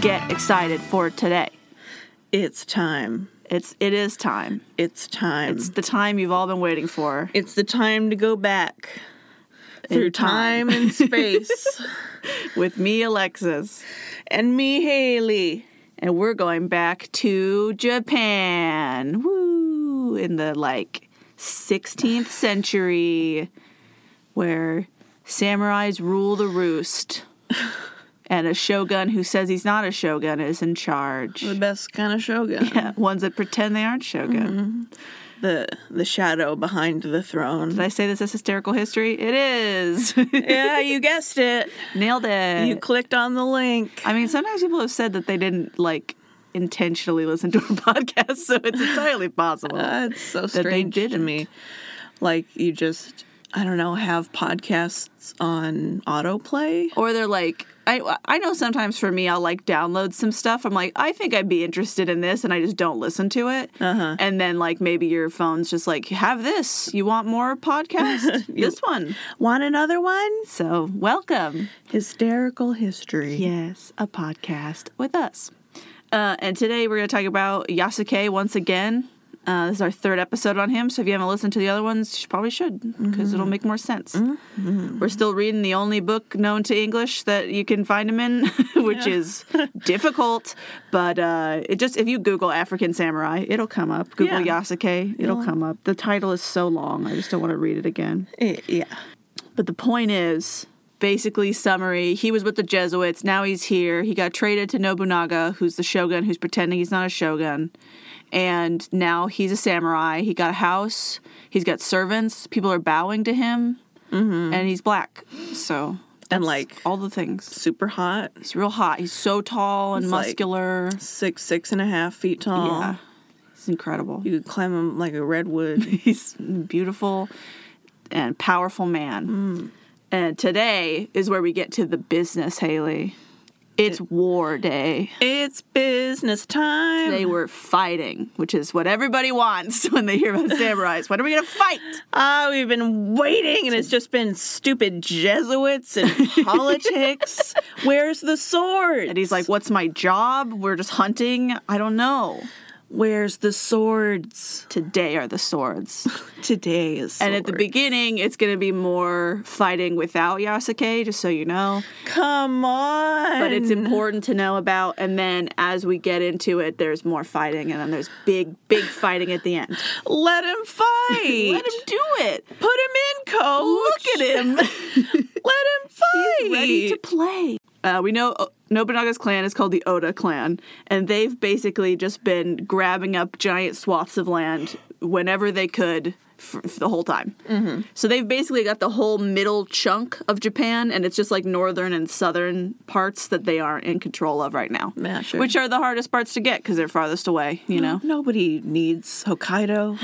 get excited for today. It's time. It's it is time. It's time. It's the time you've all been waiting for. It's the time to go back through time, time. and space. With me, Alexis, and me, Haley. and we're going back to Japan. Woo! In the like 16th century, where samurais rule the roost, and a shogun who says he's not a shogun is in charge. The best kind of shogun. Yeah, ones that pretend they aren't shogun. The the shadow behind the throne. Did I say this as hysterical history? It is. yeah, you guessed it. Nailed it. You clicked on the link. I mean, sometimes people have said that they didn't like intentionally listen to a podcast, so it's entirely possible. That's Ah, so That they strange to didn't. me. Like you just I don't know, have podcasts on autoplay. or they're like, I I know sometimes for me, I'll like download some stuff. I'm like, I think I'd be interested in this, and I just don't listen to it. Uh-huh. And then like maybe your phone's just like, have this. You want more podcast? this one. Want another one? So welcome. Hysterical history. Yes, a podcast with us. Uh, and today we're going to talk about Yasuke once again. Uh, this is our third episode on him, so if you haven't listened to the other ones, you probably should because Mm-hmm. it'll make more sense. We're still reading the only book known to English that you can find him in, which is difficult. But uh, it just if you Google African Samurai, it'll come up. Google Yeah. Yasuke, it'll come up. The title is so long, I just don't want to read it again. Eh, Yeah. But the point is, basically, summary he was with the Jesuits, now he's here. He got traded to Nobunaga, who's the shogun who's pretending he's not a shogun. And now he's a samurai. He got a house, he's got servants, people are bowing to him, and he's black. So. Mm-hmm. that's And, like, all the things. Super hot. He's real hot. He's so tall and He's, like, muscular. Six, six and a half feet tall. yeah. He's incredible. You could climb him like a redwood. He's a beautiful and powerful man. And today is where we get to the business, Haley. It's war day. it's business time. They were fighting, which is what everybody wants when they hear about samurais. When are we going to fight? Ah, we've been waiting, and it's just been stupid Jesuits and politics. Where's the sword? And he's like, What's my job? We're just hunting. I don't know. Where's the swords? Today are the swords. Today is. And at the beginning, beginning, it's going to be more fighting without Yasuke, just so you know. come on. but it's important to know about. And then as we get into it, there's more fighting, and then there's big, big fighting at the end. Let him fight. Let him do it. Put him in, coach. Look at him. Let him fight. Ready to play. Uh, we know uh, Nobunaga's clan is called the Oda clan, and they've basically just been grabbing up giant swaths of land whenever they could for, for the whole time. Mm-hmm. So they've basically got the whole middle chunk of Japan, and it's just like northern and southern parts that they aren't in control of right now, Yeah, sure. which are the hardest parts to get because they're farthest away. You know, Nobody needs Hokkaido.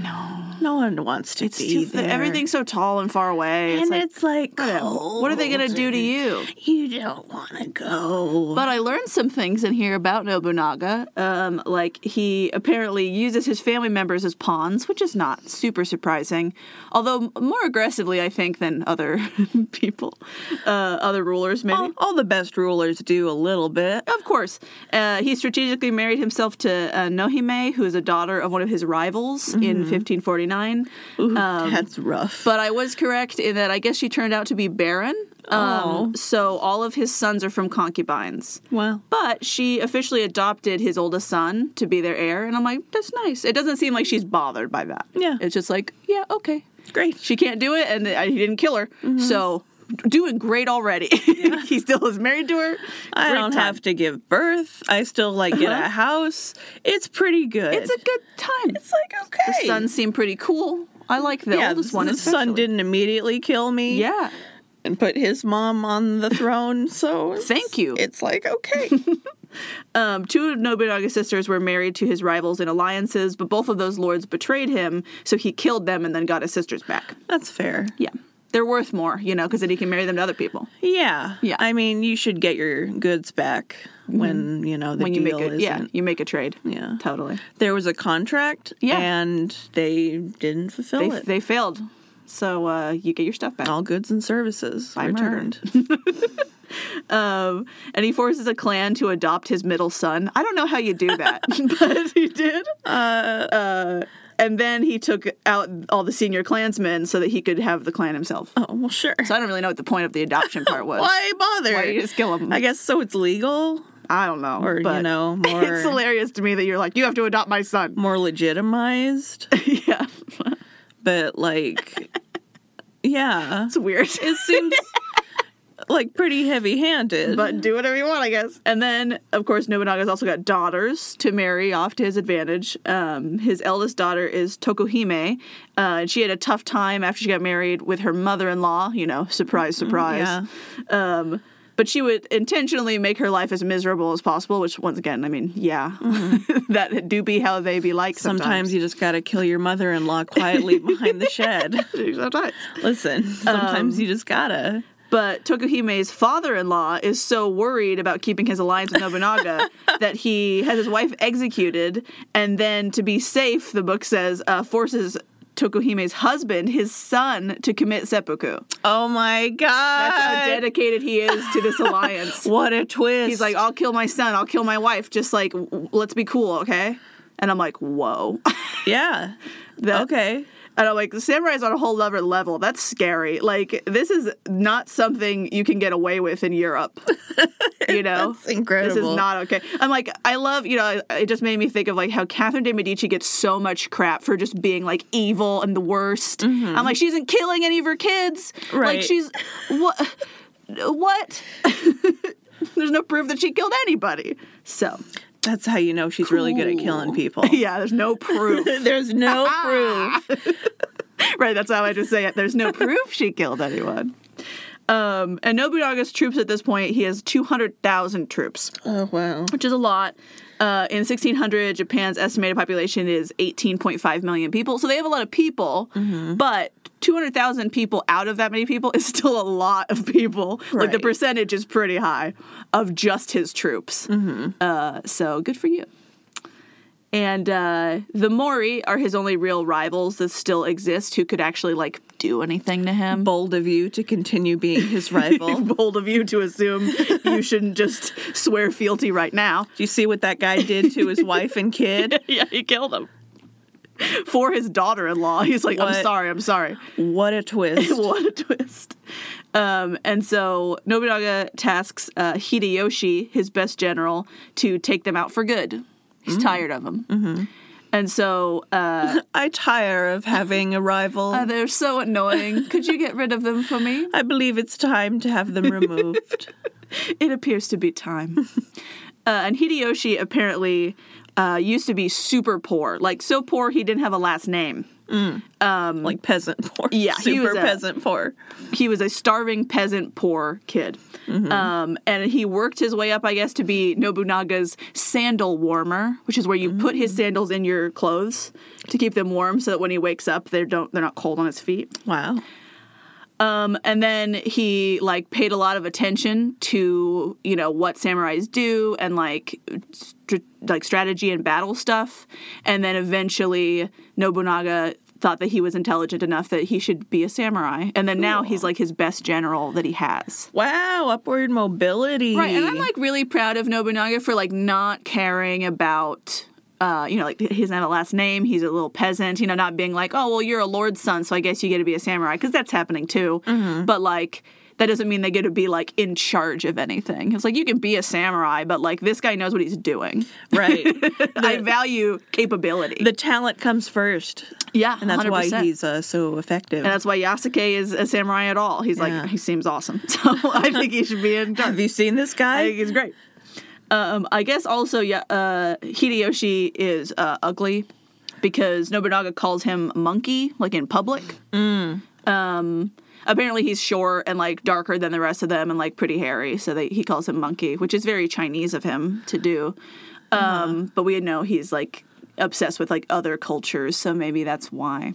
no. No one wants to it's be too, uh, there. everything's so tall and far away. And it's like, it's like, whatever. what are they gonna cold do to and you? You don't want to go. But I learned some things in here about Nobunaga. Um, like he apparently uses his family members as pawns, which is not super surprising, although more aggressively, I think, than other people, uh, other rulers maybe. all, all the best rulers do a little bit. Of course. Uh, he strategically married himself to uh, Nohime, who is a daughter of one of his rivals in Um, 1549. Ooh, that's rough. But I was correct in that I guess she turned out to be barren. Um, So all of his sons are from concubines. Oh. Well, But she officially adopted his oldest son to be their heir, and I'm like, that's nice. It doesn't seem like she's bothered by that. Yeah. It's just like, yeah, okay. great. She can't do it, and I- he didn't kill her. Mm-hmm. So, doing great already. he still is married to her. I Great don't time. Uh-huh. have to give birth. I still like get a house. It's pretty good. It's a good time. It's like okay. The sons seem pretty cool. I like the yeah, oldest the one. son especially. didn't immediately kill me. Yeah. and put his mom on the throne. So it's- Thank you. It's like okay. Um, two of Nobunaga's sisters were married to his rivals in alliances, but both of those lords betrayed him, so he killed them and then got his sisters back. That's fair. Yeah. They're worth more, you know, because then he can marry them to other people. Yeah. Yeah. I mean, you should get your goods back when you know Mm-hmm. the when you deal make a isn't. yeah, you make a trade. Yeah. Totally. There was a contract. Yeah. and they didn't fulfill They it. they failed. So uh, you get your stuff back. All goods and services By murder. returned. Um, and he forces a clan to adopt his middle son. I don't know how you do that, but he did. Uh, and then he took out all the senior clansmen so that he could have the clan himself. Oh well, sure. So I don't really know what the point of the adoption part was. Why bother? Why you just kill 'em? I guess so. It's legal I don't know. Or, you but know, more- It's hilarious to me that you're like, you have to adopt my son. more legitimized, yeah. but like, yeah, It's weird. it seems like pretty heavy-handed. but do whatever you want, I guess. And then, of course, Nobunaga's also got daughters to marry off to his advantage. Um, his eldest daughter is Tokuhime, uh, and she had a tough time after she got married with her mother-in-law. You know, surprise, surprise. yeah. Um, but she would intentionally make her life as miserable as possible. Which, once again, I mean, yeah, that do be how they be like sometimes you just gotta kill your mother-in-law quietly behind the shed. Sometimes, sometimes. Listen, Um, sometimes you just gotta. But Tokuhime's father-in-law is so worried about keeping his alliance with Nobunaga that he has his wife executed, and then to be safe, the book says, uh, forces Tokuhime's husband, his son, to commit seppuku. Oh my god! That's how dedicated he is to this alliance. what a twist! He's like, I'll kill my son, I'll kill my wife, just like w- w- let's be cool, okay? And I'm like, whoa. yeah, That- okay. And I'm like, the samurai's on a whole other level. That's scary. Like, this is not something you can get away with in Europe. You know? That's incredible. This is not okay. I'm like, I love, you know, it just made me think of like how Catherine de Medici gets so much crap for just being like evil and the worst. I'm like, she isn't killing any of her kids. Like, Mm-hmm. Right. she's, what? what? There's no proof that she killed anybody. So, That's how you know she's really good at killing Cool. people. yeah, there's no proof. There's no proof. right, that's how I just say it. There's no proof she killed anyone. Um, and Nobunaga's troops at this point, he has 200,000 troops, Oh wow. which is a lot. Uh, in 1600, Japan's estimated population is 18.5 million people. So they have a lot of people, but 200,000 people out of that many people is still a lot of people. Like the Right. percentage is pretty high of just his troops. Uh, so good for you. And uh, the Mori are his only real rivals that still exist who could actually like do anything to him. Bold of you to continue being his rival. Do Bold of you to assume you shouldn't just swear fealty right now. you see what that guy did to his wife and kid? yeah, he killed him. For his daughter in law. He's like, I'm What? sorry, I'm sorry. What a twist. what a twist. Um, and so Nobunaga tasks uh, Hideyoshi, his best general, to take them out for good. He's tired of them. And so uh, I tire of having a rival. uh, they're so annoying. Could you get rid of them for me? I believe it's time to have them removed. It appears to be time. uh, and Hideyoshi apparently uh, used to be super poor, like so poor he didn't have a last name. like peasant poor. Yeah, he super was a- peasant poor. he was a starving peasant poor kid um, and he worked his way up i guess to be nobunaga's sandal warmer which is where you put his sandals in your clothes to keep them warm so that when he wakes up they don't they're not cold on his feet Wow. um, and then he like paid a lot of attention to you know what samurais do and like str- like strategy and battle stuff and then eventually nobunaga thought that he was intelligent enough that he should be a samurai and then now he's like his best general that he has Wow, upward mobility. right and i'm like really proud of nobunaga for like not caring about uh, you know, like he doesn't have a last name. He's a little peasant. You know, not being like, oh, well, you're a lord's son, so I guess you get to be a samurai because that's happening too. Mm-hmm. But like, that doesn't mean they get to be like in charge of anything. It's like you can be a samurai, but like this guy knows what he's doing. right. I value capability. The talent comes first. yeah, And that's 100%. why he's uh, so effective. And that's why Yasuke is a samurai at all. He's Yeah. like, he seems awesome. So I think he should be in charge. Have you seen this I guy? think it's great. Um, I guess also, yeah, uh, Hideyoshi is uh, ugly because Nobunaga calls him monkey, like in public. Um, apparently, he's short and like darker than the rest of them, and like pretty hairy, so they, he calls him monkey, which is very Chinese of him to do. Um, But we know he's like obsessed with like other cultures, so maybe that's why.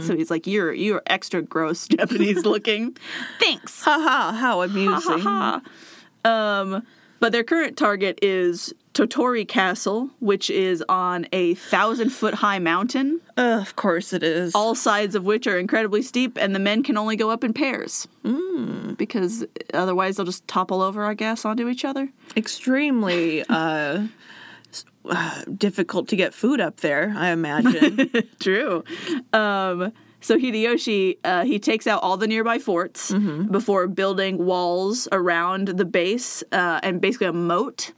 So he's like, "You're you're extra gross Japanese looking." Thanks. Uh, Haha, how amusing. Um, But their current target is Totori Castle, which is on a thousand foot high mountain, Uh, of course it is. all sides of which are incredibly steep, and the men can only go up in pairs. Mm. Because otherwise they'll just topple over, I guess, onto each other. extremely uh, s- uh, difficult to get food up there, I imagine. True. Um, so Hideyoshi uh, he takes out all the nearby forts before building walls around the base uh, and basically a moat.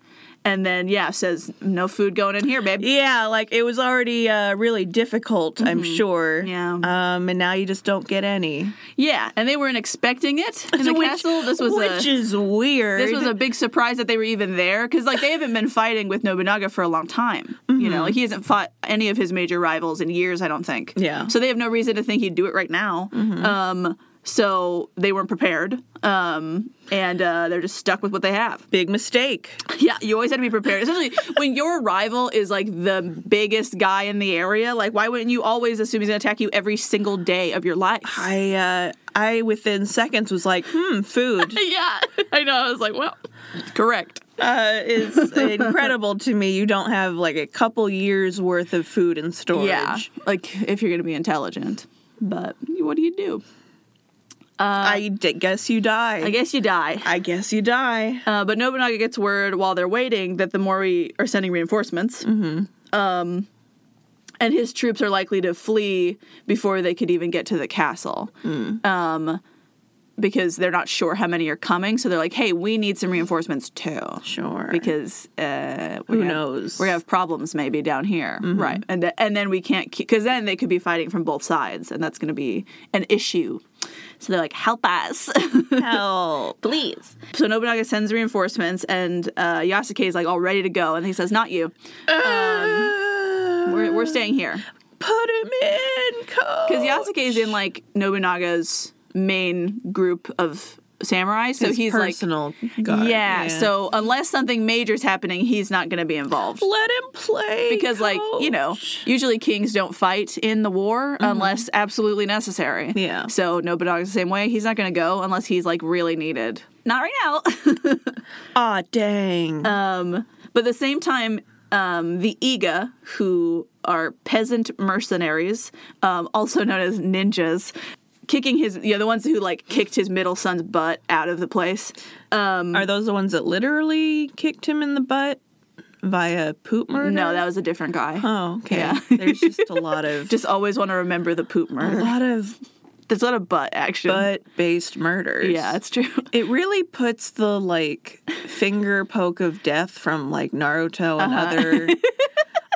And then yeah, says no food going in here, babe. yeah, like it was already uh, really difficult, I'm sure. Mm-hmm. Yeah. Um, and now you just don't get any. Yeah, and they weren't expecting it in the Which- castle. This was which a is weird. this was a big surprise that they were even there because like they haven't been fighting with Nobunaga for a long time. You know, like he hasn't fought any of his major rivals in years, I don't think. Yeah. So they have no reason to think he'd do it right now. Um, so they weren't prepared, um, and uh, they're just stuck with what they have. big mistake. Yeah, you always had to be prepared. Especially when your rival is like the biggest guy in the area. Like, why wouldn't you always assume he's gonna attack you every single day of your life? I uh, I within seconds was like, hmm, food. yeah, I know. I was like, well, correct. Uh, it's incredible to me. You don't have like a couple years worth of food in storage. Yeah, like if you're gonna be intelligent, but what do you do? uh, I d- guess you die. I guess you die. I guess you die. Uh, but Nobunaga gets word while they're waiting that the Mori are sending reinforcements. Mm-hmm. Um, and his troops are likely to flee before they could even get to the castle. Um, because they're not sure how many are coming. So they're like, hey, we need some reinforcements too. Sure. Because uh, we Who have- knows? We're going to have problems maybe down here. Mm-hmm. Right. And, th- and then we can't, because then they could be fighting from both sides. And that's going to be an issue. So they're like, help us. help. please. So Nobunaga sends reinforcements, and uh, Yasuke is like all ready to go, and he says, "Not you. We're, we're staying here." Ah, Put him in, coach. Because Yasuke is in like Nobunaga's main group of samurai, so His he's personal like, guard, yeah, So unless something major's happening, he's not going to be involved. let him play Because, like, you know, coach. usually kings don't fight in the war unless absolutely necessary. Yeah. So Nobunaga's the same way. He's not going to go unless he's, like, really needed. Not right now. Aw, dang. Um, but at the same time, um, the Iga, who are peasant mercenaries, um, also known as ninjas, kicking his, you know, the ones who like kicked his middle son's butt out of the place. Um, Are those the ones that literally kicked him in the butt via poop murder? no, that was a different guy. Oh, okay. Yeah. There's just a lot of Just always want to remember the poop a murder. lot of There's a lot of butt action. butt-based murders. yeah, it's true. It really puts the like finger poke of death from like Naruto Uh-huh. and other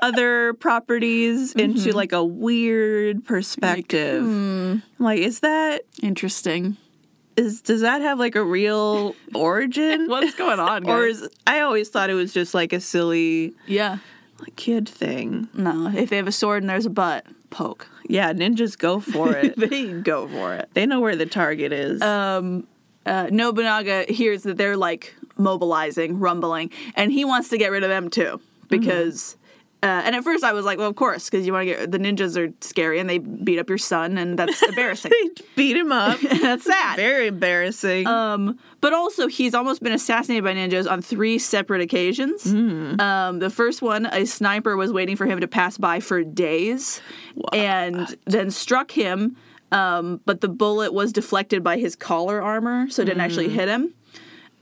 other properties Mm-hmm. into like a weird perspective. hmm. Like, is that Interesting. is does that have like a real origin? What's going on? or guys? is I always thought it was just like a silly yeah. like, kid thing. No, if they have a sword and there's a butt, poke. Yeah, ninjas go for it. They go for it. they know where the target is. um, uh, Nobunaga hears that they're like mobilizing, rumbling, and he wants to get rid of them too because. Uh, and at first, I was like, "Well, of course, because you want to get the ninjas are scary and they beat up your son, and that's embarrassing. they beat him up. that's sad." Very embarrassing. Um, but also, he's almost been assassinated by ninjas on three separate occasions. Um, the first one, a sniper was waiting for him to pass by for days and then struck him, um, but the bullet was deflected by his collar armor, so it didn't actually hit him.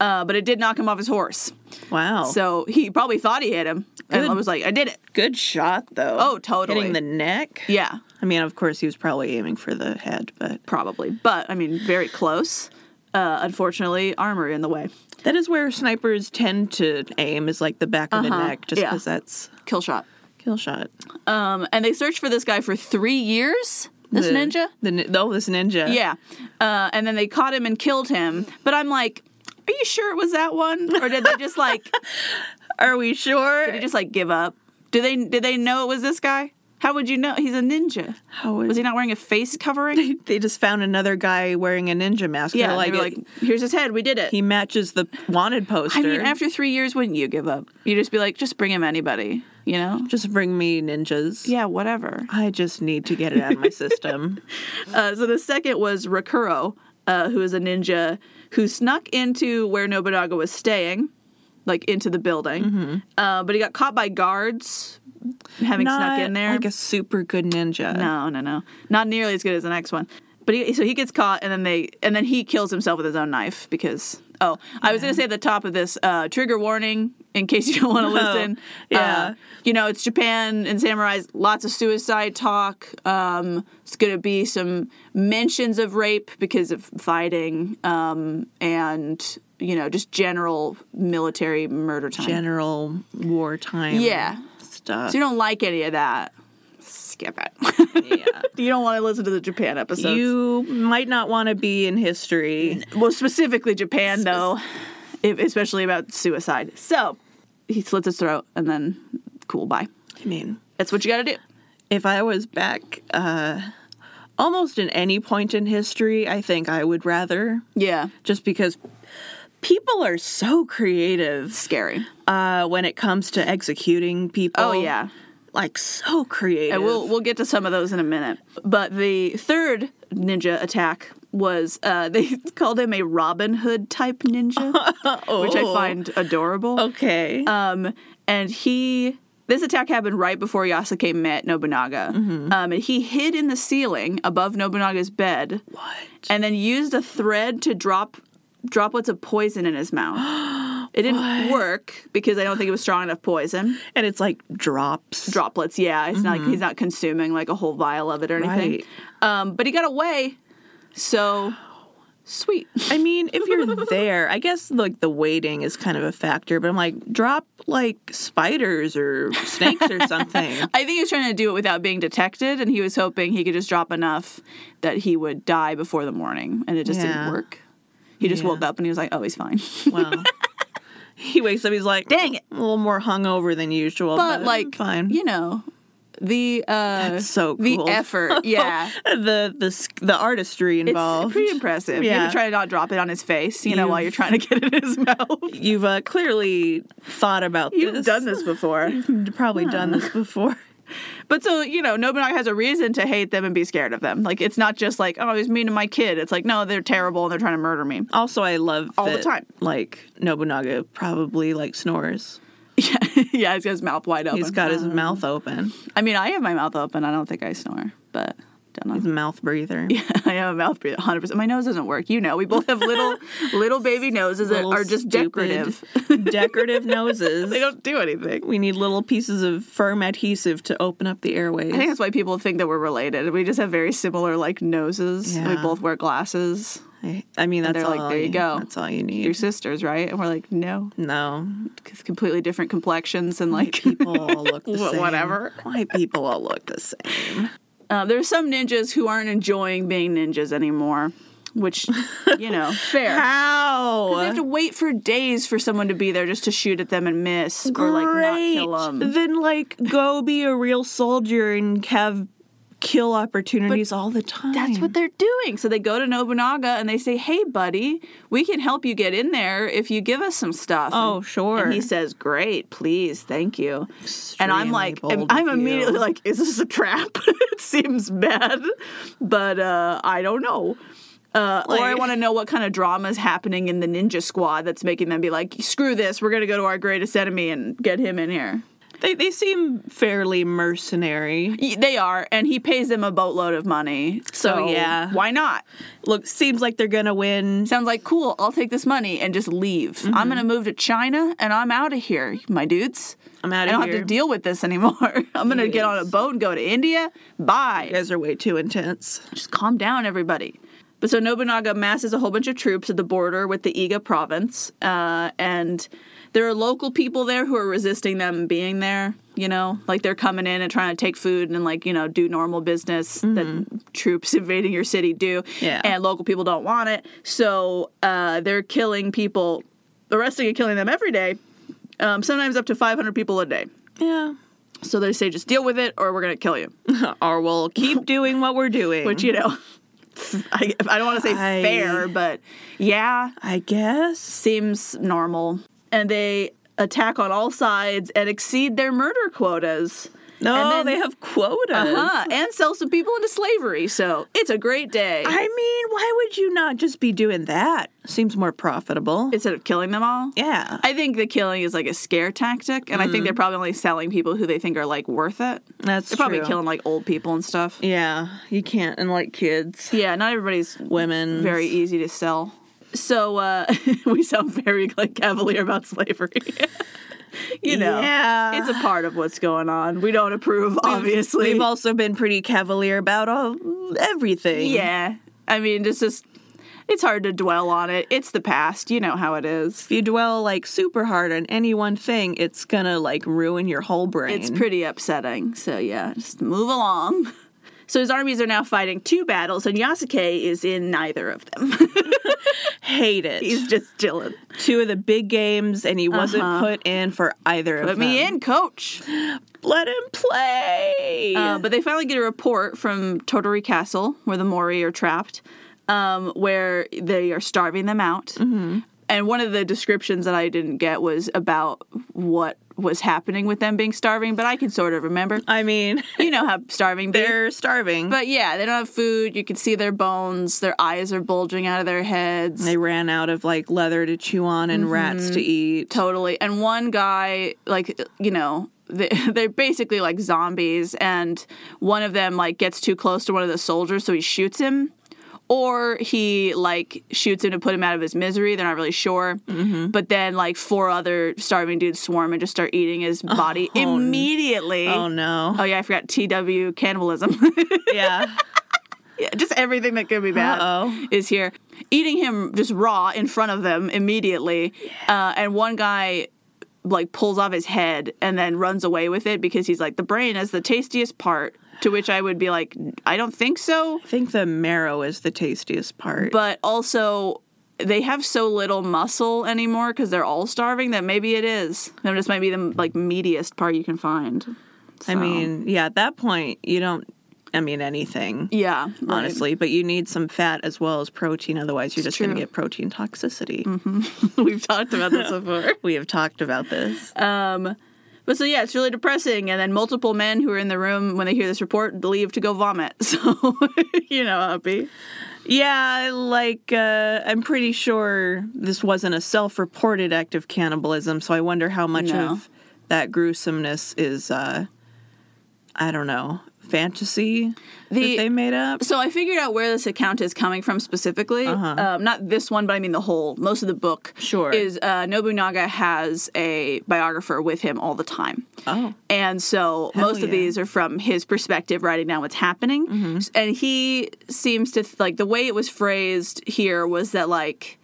Uh, but it did knock him off his horse. wow. So he probably thought he hit him. And Oh. Good. I was like, I did it. Good shot, though. Oh, totally. Hitting the neck. Yeah, I mean, of course, he was probably aiming for the head, but probably. But I mean, very close. Uh, unfortunately, armor in the way. that is where snipers tend to aim is like the back of the Uh-huh. neck, just Yeah. because that's Kill shot. kill shot. Um, and they searched for this guy for three years. This The- ninja. The nin- oh, this ninja. Yeah. Uh, and then they caught him and killed him. But I'm like, are you sure it was that one, or did they just like did Are we sure? they just like give up? Do they did they know it was this guy? How would you know? He's a ninja. How would- Was he not wearing a face covering? They just found another guy wearing a ninja mask. Yeah, They're like, like, they were it- like, here's his head. We did it. he matches the wanted poster. I mean, after three years, wouldn't you give up? You'd just be like, just bring him anybody, you know? just bring me ninjas. Yeah, whatever. I just need to get it out of my system. Uh, so the second was Rakuro, uh, who is a ninja who snuck into where Nobunaga was staying like into the building. Uh, but he got caught by guards having Not snuck in there. like a super good ninja. no, no, no, not nearly as good as the next one. But he, so he gets caught, and then they and then he kills himself with his own knife because. Oh, I was going to say at the top of this uh, trigger warning in case you don't want to listen. Oh, yeah. Uh, you know, it's Japan and samurais, lots of suicide talk. Um, it's going to be some mentions of rape because of fighting um, and, you know, just general military murder time. General wartime. Yeah. Stuff. so you don't like any of that. Skip it. yeah. You don't want to listen to the Japan episodes. you might not want to be in history. well, specifically Japan, though, if, especially about suicide. So he slits his throat, and then cool, bye. I mean, That's what you got to do. if I was back uh, almost in any point in history, I think I would rather Yeah, just because people are so creative scary. uh, when it comes to executing people. Oh yeah, Like so creative. and we'll we'll get to some of those in a minute. But the third ninja attack was uh, they called him a Robin Hood type ninja, which I Oh. find adorable. Okay. Um, and he this attack happened right before Yasuke met Nobunaga. Um, and he hid in the ceiling above Nobunaga's bed, what? and then used a thread to drop droplets of poison in his mouth. It didn't work because I don't think it was strong enough poison. And it's like drops. Droplets, yeah. It's not like Mm-hmm. he's not consuming like a whole vial of it or anything. Um, but he got away, so sweet. I mean, if you're there, I guess like the waiting is kind of a factor, but I'm like, drop like spiders or snakes or something. I think he was trying to do it without being detected, and he was hoping he could just drop enough that he would die before the morning, and it just Yeah. didn't work. He just Yeah. woke up and he was like, "Oh, he's fine." Well, he wakes up, he's like, Dang it. a little more hungover than usual, but, but like, fine. you know, the uh, so cool. the effort, yeah. the the s- the artistry It's involved. pretty impressive. You have Yeah. to try to not drop it on his face, you know, while You've- you're trying to get it in his mouth. You've uh, clearly thought about this. this before. You've probably done this before. But so, you know, Nobunaga has a reason to hate them and be scared of them. Like, it's not just like, oh, he's mean to my kid. It's like, no, they're terrible and they're trying to murder me. Also, I love All the that, time. Like Nobunaga probably like snores. Yeah, yeah he's got his mouth wide open. Um, He's got his mouth open. I mean, I have my mouth open. I don't think I snore, but don't He's know. a mouth breather. I have a mouth breathe 100%. My nose doesn't work. You know, we both have little little baby noses that Little are just stupid decorative. decorative noses. They don't do anything. we need little pieces of firm adhesive to open up the airways. I think that's why people think that we're related. We just have very similar like noses. We Yeah. both wear glasses. I, I mean, that's they're all like, "There you go. That's all you Your need. sisters, right? And we're like, no, No, because completely different complexions and like people all look the Wha- same. whatever. Why people all look the same? Uh, there's some ninjas who aren't enjoying being ninjas anymore, which you know, fair. They have How? to wait for days for someone to be there just to shoot at them and miss or like not kill them. Then like go be a real soldier and have kill opportunities all the time. That's what they're doing. So they go to Nobunaga and they say, "Hey, buddy, we can help you get in there if you give us some stuff." Oh, And- sure. And he says, "Great, please, thank you." and I'm Extremely like, bold I'm of you. immediately like, "Is this a trap?" it seems bad, but uh, I don't know. Uh, or I Like- want to know what kind of drama is happening in the ninja squad that's making them be like, "Screw this, we're gonna go to our greatest enemy and get him in here." they they seem fairly mercenary. Y- They are, and he pays them a boatload of money. So, yeah. why not? Look, seems like they're gonna win. Sounds like cool. I'll take this money and just leave. I'm Mm-hmm. gonna move to China and I'm out of here, my dudes. I'm out I of don't here. have to deal with this anymore. I'm gonna get on a boat and go to India. Bye. you guys are way too intense. Just calm down, everybody. But so Nobunaga masses a whole bunch of troops at the border with the Iga province, uh, and there are local people there who are resisting them being there. You know, like they're coming in and trying to take food and like you know do normal business that troops invading your city do, Yeah. and local people don't want it, so uh, they're killing people, arresting and killing them every day, um, sometimes up to 500 people a day. Yeah. So they say just deal with it, or we're gonna kill you. or we'll keep doing what we're doing. which you know I, I don't want to say I- fair but yeah I guess. seems normal and they attack on all sides and exceed their murder quotas No, And then- they have quotas. Uh-huh. And sell some people into slavery. So it's a great day. I mean, why would you not just be doing that? Seems more profitable. Instead of killing them all. yeah. I think the killing is like a scare tactic, and I think they're probably only selling people who they think are like worth it. Mm. That's They're probably true. killing like old people and stuff. Yeah, you can't and like kids, Yeah, not everybody's women. very easy to sell. So uh, we sound very like cavalier about slavery. you know, Yeah. it's a part of what's going on. We don't approve, obviously. We've also been pretty cavalier about all, everything. yeah, I mean, it's just it's hard to dwell on it. It's the past. You know how it is. If you dwell like super hard on any one thing, it's gonna like ruin your whole brain. It's pretty upsetting. So yeah, just move along. So his armies are now fighting two battles, and Yasuke is in neither of them. hate it. He's just chilling. Two of the big games, and he wasn't put in for either of Uh-huh. Put them. me in, coach. Let him play. Uh, but they finally get a report from Totori Castle, where the Mori are trapped, um, where they are starving them out. And one of the descriptions that I didn't get was about what was happening with them being starving, but I can sort of remember. I mean, You know how starving be. they're starving. But yeah, they don't have food. You can see their bones. Their eyes are bulging out of their heads. they ran out of like leather to chew on and rats Mm-hmm. to eat. totally. And one guy, like, you know, they, they're basically like zombies. And one of them, like, gets too close to one of the soldiers, so he shoots him. Or he, like, shoots him to put him out of his misery. They're not really sure. Mm-hmm. But then, like, four other starving dudes swarm and just start eating his body immediately. Oh no. Oh, yeah, I forgot TW cannibalism. yeah. Yeah, just everything that could be bad Uh-oh. is here. Eating him just raw in front of them immediately, uh, and one guy like pulls off his head and then runs away with it because he's like, the brain is the tastiest part. To which I would be like, I don't think so. I think the marrow is the tastiest part. But also, they have so little muscle anymore because they're all starving that maybe it is. That just might be the like meatiest part you can find. I So, mean, yeah, at that point, you don't, I mean, anything, yeah, right. honestly, but you need some fat as well as protein. Otherwise, you're just going to true. Mm-hmm. get protein toxicity. we've talked about this before. We have talked about this. But so yeah, it's really depressing. And then multiple men who are in the room when they hear this report leave to go vomit. So you know, Uppy. yeah, like, uh, I'm pretty sure this wasn't a self reported act of cannibalism, so I wonder how much No. of that gruesomeness is, uh, I don't know, fantasy The- that they made up? So I figured out where this account is coming from specifically. Um, not this one, but I mean the whole, most of the book. Sure. Is uh, Nobunaga has a biographer with him all the time. Oh. And so most of yeah. Mm-hmm. these are from his perspective, writing down what's happening. S- And he seems to, th- like, the way it was phrased here was that, like,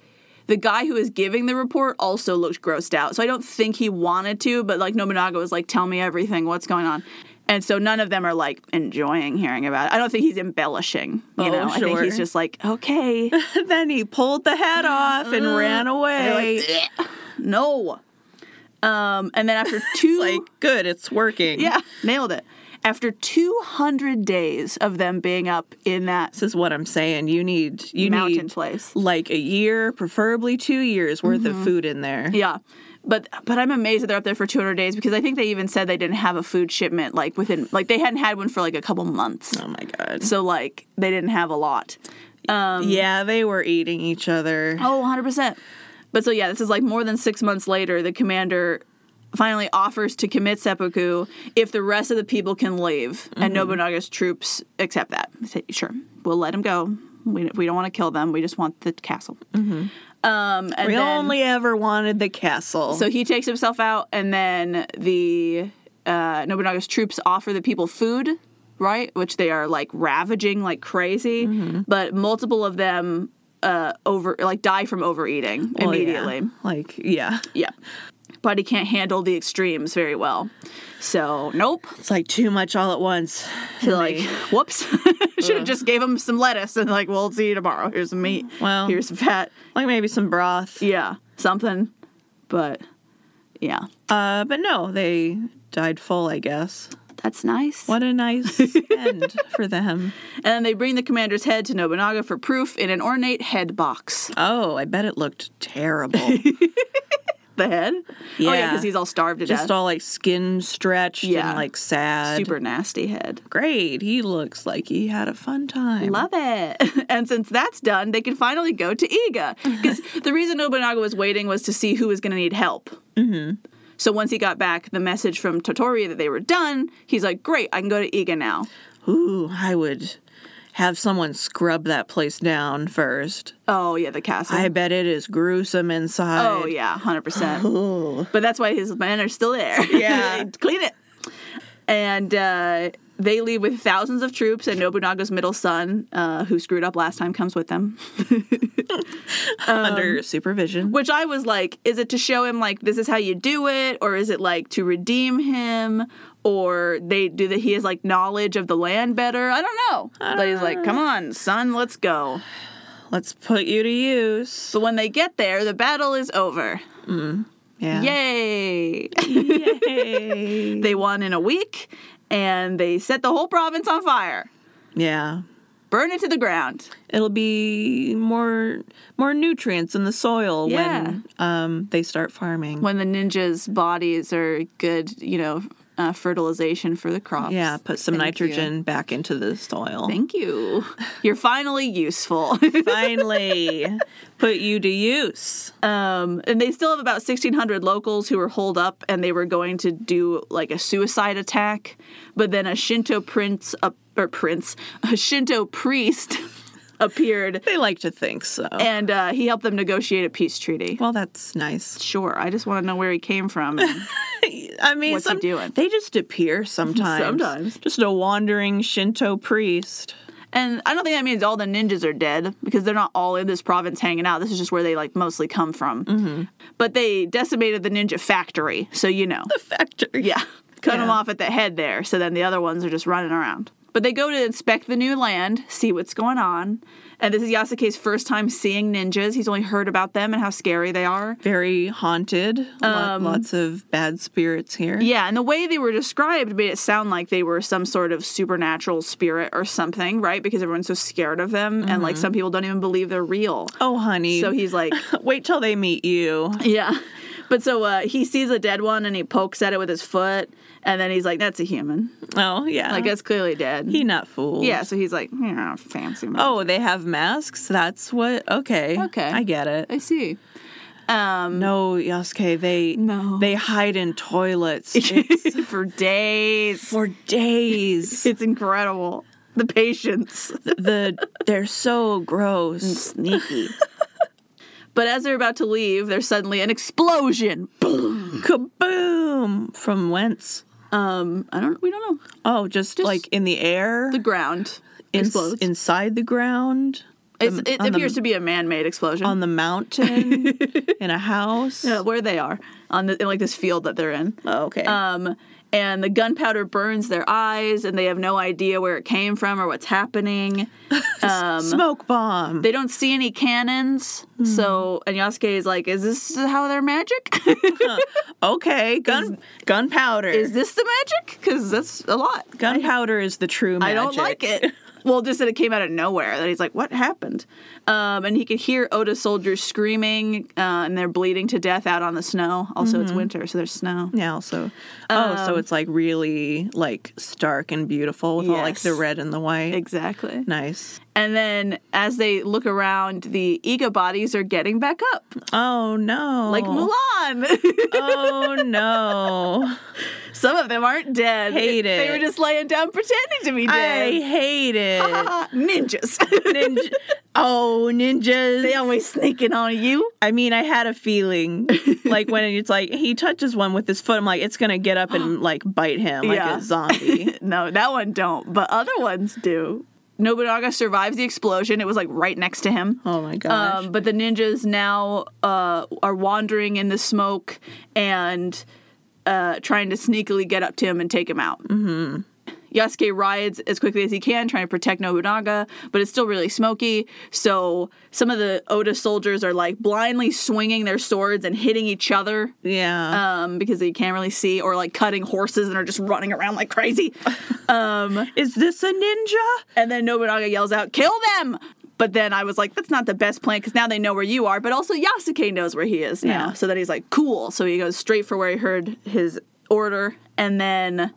the guy who was giving the report also looked grossed out. So I don't think he wanted to, but, like, Nobunaga was like, tell me everything, what's going on? And so none of them are, like, enjoying hearing about it. I don't think he's embellishing, you Oh, know? I think he's sure. just like, okay, then he pulled the hat off and ran away. no. Um, and then after two... like good it's working Yeah, nailed it. After 200 days of them being up in that this is what i'm saying you need you mountain need place. Mm-hmm. like a year preferably two years worth of food in there Yeah. But but I'm amazed that they're up there for 200 days because I think they even said they didn't have a food shipment like within like they hadn't had one for like a couple months. oh my god So like they didn't have a lot. Um, yeah they were eating each other Oh, 100%. But so yeah, this is like more than 6 months later the commander finally offers to commit seppuku if the rest of the people can leave Mm-hmm. and Nobunaga's troops accept that. They say, sure. We'll let them go. We, we don't want to kill them. We just want the castle. Um, and Mm-hmm. we then- only ever wanted the castle So he takes himself out, and then the uh, Nobunaga's troops offer the people food, right? Which they are like ravaging like crazy, Mm-hmm. but multiple of them uh, over like die from overeating Well, yeah. immediately. like yeah Yeah. But he can't handle the extremes very well. So, nope. it's like too much all at once So, like, whoops. Should have just gave him some lettuce and, like, we'll see you tomorrow. Here's some meat. Well. here's some fat. like maybe some broth Yeah. Something. But, yeah. uh but no they died full i guess That's nice. what a nice end for them And then they bring the commander's head to Nobunaga for proof in an ornate head box. oh i bet it looked terrible the head. Oh yeah, Yeah. because he's all starved to Just death. all like skin stretched Yeah. and like sad. Super nasty head. Great. He looks like he had a fun time. Love it. And since that's done, they can finally go to Iga. Because the reason Nobunaga was waiting was to see who was going to need help. Mm-hmm. So once he got back the message from Totori that they were done, he's like, great, I can go to Iga now. Ooh, I would have someone scrub that place down first. Oh, yeah, the castle. I bet it is gruesome inside. oh, yeah, 100%. but that's why his men are still there. Yeah. Clean it. And uh, they leave with thousands of troops, and Nobunaga's middle son, uh, who screwed up last time, comes with them. Under supervision. which I was like, is it to show him like this is how you do it, or is it like to redeem him, or they do that he has like knowledge of the land better? I don't know. but he's like, come on, son, let's go. Let's put you to use. So when they get there, the battle is over. Yeah. Yay! Yay. they won in a week, and they set the whole province on fire, yeah. burn it to the ground. It'll be more more nutrients in the soil when um, they start farming. When the ninjas' bodies are good, you know, uh, fertilization for the crops. yeah, put some Thank you. nitrogen back into the soil. Thank you. You're finally useful. Finally, put you to use. Um, and they still have about 1,600 locals who were holed up and they were going to do like a suicide attack. But then a Shinto prince, a, or prince, a Shinto priest appeared They like to think so. and uh, he helped them negotiate a peace treaty. Well, that's nice. Sure, I just want to know where he came from. and- I mean, What's he doing? They just appear sometimes. Sometimes. just a wandering Shinto priest. and I don't think that means all the ninjas are dead because they're not all in this province hanging out. This is just where they like mostly come from. But they decimated the ninja factory, so you know. The factory. Yeah. Cut them Yeah. off at the head there. So then the other ones are just running around. But they go to inspect the new land, see what's going on. And this is Yasuke's first time seeing ninjas. He's only heard about them and how scary they are. Very haunted. Lo- Um, lots of bad spirits here. Yeah, and the way they were described made it sound like they were some sort of supernatural spirit or something, right? Because everyone's so scared of them. And like some people don't even believe they're real. Oh, honey. So he's like, Wait till they meet you. Yeah. But so uh, he sees a dead one and he pokes at it with his foot. And then he's like, that's a human. Oh, yeah. Like, that's clearly dead. he not fooled. Yeah, so he's like, you know, fancy man. Oh, they have masks. That's what. Okay. Okay. I get it. I see. Um, No, Yasuke. They No. They hide in toilets It's for days. for days. It's incredible. The patience. the they're so gross. Sneaky. but as they're about to leave, there's suddenly an explosion. Boom. Kaboom! From whence? Um, I don't, we don't know. Oh, just, like in the air, The ground Ins- explodes. inside the ground, it's, it on the- appears to be a man made explosion. on the mountain, in a house. uh, where they are, on the, in like this field that they're in. Oh, okay. Um, and the gunpowder burns their eyes, and they have no idea where it came from or what's happening. Um, Smoke bomb. They don't see any cannons, so and Yasuke is like, "Is this how they're magic? okay, gun gunpowder. is this the magic? Because that's a lot. gunpowder is the true magic. I don't like it." Well, just that it came out of nowhere. That he's like, "What happened?" Um, and he could hear Oda soldiers screaming, uh, and they're bleeding to death out on the snow. Also, it's winter, so there's snow. Now, so oh, Um, so it's like really like stark and beautiful with all like the Yes. red and the white. Exactly. Nice. And then as they look around, the Iga bodies are getting back up, Oh no! like Mulan. Oh no! Some of them aren't dead. Hate They it. were just laying down pretending to be dead. Ah, I hate Oh, it. ninjas. Ninja- oh ninjas! they always sneaking on you. I mean, I had a feeling like when it's like he touches one with his foot, I'm like, it's gonna get up and like bite him like Yeah. a zombie. No, that one don't, but other ones do. Nobunaga survives the explosion. It was like right next to him. oh my gosh! Um, but the ninjas now uh, are wandering in the smoke and uh, trying to sneakily get up to him and take him out. Mm-hmm. Yasuke rides as quickly as he can, trying to protect Nobunaga, but it's still really smoky. So some of the Oda soldiers are like blindly swinging their swords and hitting each other yeah, um, because they can't really see, or like cutting horses and are just running around like crazy. uh, is this a ninja? And then Nobunaga yells out, "Kill them!" But then I was like, that's not the best plan because now they know where you are. But also Yasuke knows where he is now. Yeah. So then he's like, cool. So he goes straight for where he heard his order and then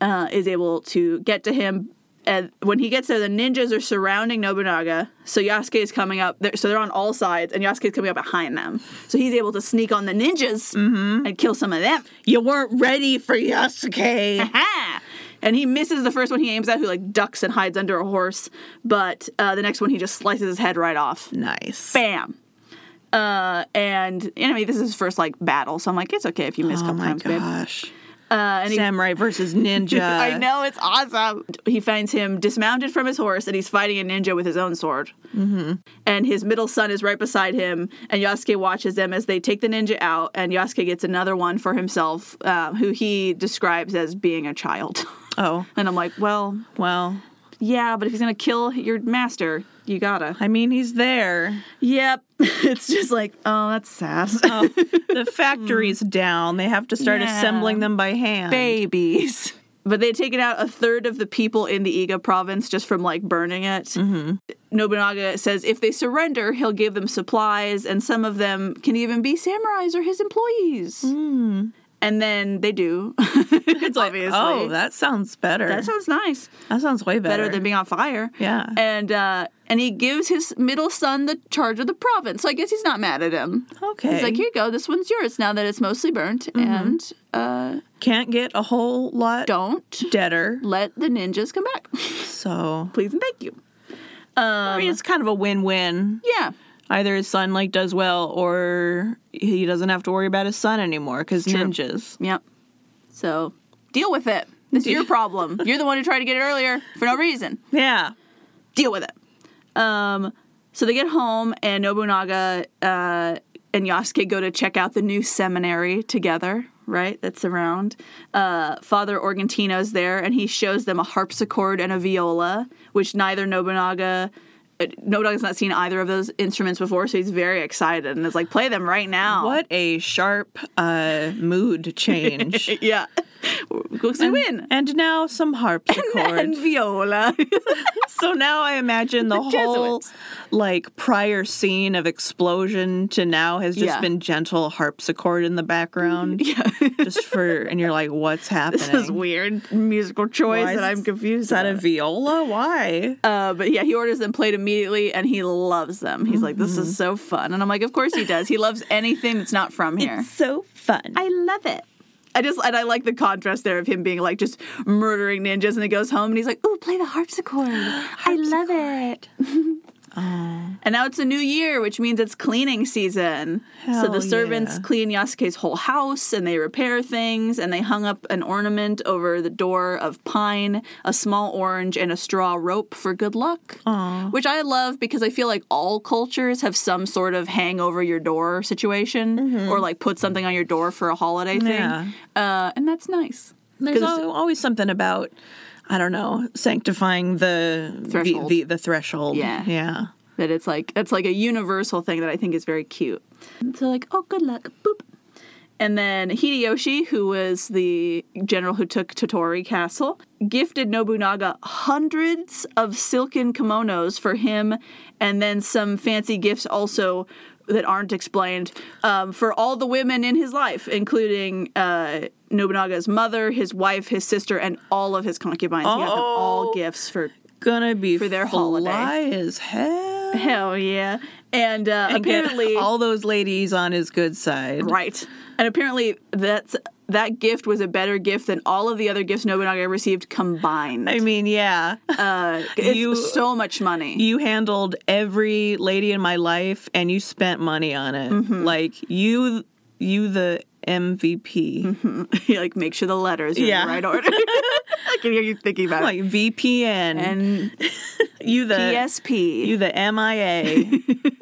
uh, is able to get to him. And when he gets there, the ninjas are surrounding Nobunaga. So Yasuke is coming up. They're, so they're on all sides, and Yasuke is coming up behind them. So he's able to sneak on the ninjas and kill some of them. You weren't ready for Yasuke. Ha! And he misses the first one he aims at, who like ducks and hides under a horse. But uh, the next one, he just slices his head right off. nice. Bam. Uh, and you know, I mean, this is his first like battle, so I'm like, it's okay if you miss a Oh couple my times, babe. gosh. Uh, and he, Samurai versus ninja. I know it's awesome. He finds him dismounted from his horse, and he's fighting a ninja with his own sword. Mm-hmm. And his middle son is right beside him, and Yasuke watches them as they take the ninja out, and Yasuke gets another one for himself, uh, who he describes as being a child. Oh, And I'm like, well, well, yeah, but if he's gonna kill your master, you gotta. I mean, he's there. Yep. It's just like, oh, that's sad. Oh, the factory's down. They have to start Hmm. Yeah. assembling them by hand. Babies. But they'd taken out a third of the people in the Iga province just from like burning it. Nobunaga says if they surrender, he'll give them supplies, and some of them can even be samurais or his employees. Hmm. And then they do. it's obviously. Oh, that sounds better. that sounds nice. That sounds way better. better than being on fire. Yeah. And uh, and he gives his middle son the charge of the province. So I guess he's not mad at him. okay. He's like, here you go. This one's yours now that it's mostly burnt. And uh, can't get a whole lot don't deader. let the ninjas come back. So Please and thank you. I Um. mean, it's kind of a win-win. Yeah. Either his son like does well, or he doesn't have to worry about his son anymore because true. ninjas. Yep. So deal with it. This is your problem. You're the one who tried to get it earlier for no reason. Yeah. deal with it. Um, so they get home, and Nobunaga uh, and Yasuke go to check out the new seminary together, right? That's around. Uh, Father Organtino's there, and he shows them a harpsichord and a viola, which neither Nobunaga. uh, Nobunaga's not seen either of those instruments before, so he's very excited and is like, "Play them right now!" What a sharp uh, mood change. Yeah, because we win. and now some harpsichord. And viola. so now I imagine the, The whole Jesuits. like prior scene of explosion to now has just Yeah. been gentle harpsichord in the background. yeah, just for and you're like, what's happening? this is weird musical choice, Why is and I'm it- confused. Is that about a it. viola? Why? Uh, but yeah, he orders them played immediately, and he loves them. He's like, "This is so fun," and I'm like, "Of course he does. He loves anything that's not from here. so fun. I love it." I just and I like the contrast there of him being like just murdering ninjas, and he goes home and he's like, "Ooh, play the harpsichord. I love it." And now it's a new year, which means it's cleaning season. so Hell the servants yeah. clean Yasuke's whole house and they repair things and they hung up an ornament over the door of pine, a small orange, and a straw rope for good luck. Which I love because I feel like all cultures have some sort of hang over your door situation or like put something on your door for a holiday thing. Mm-hmm. Yeah. Uh, and that's nice. There's 'Cause- al- always something about I don't know, sanctifying the the- Threshold. The, the, threshold. Yeah. Yeah. that it's like it's like a universal thing that I think is very cute. And so like, oh, good luck, boop. And then Hideyoshi, who was the general who took Totori Castle, gifted Nobunaga hundreds of silken kimonos for him, and then some fancy gifts also that aren't explained um, for all the women in his life, including uh, Nobunaga's mother, his wife, his sister, and all of his concubines. He got them all Oh. gifts for Gonna be For their fly holiday. as hell. hell yeah. And, uh, And get apparently, all those ladies on his good side. Right. And apparently that's that gift was a better gift than all of the other gifts Nobunaga received combined. I mean, yeah. uh, it's you- so much money. you handled every lady in my life and you spent money on it. Mm-hmm. Like you you the MVP. Mm-hmm. You, like make sure the letters are Yeah. in the right order. I can hear you thinking about it. Like VPN. And you the PSP, you the MIA.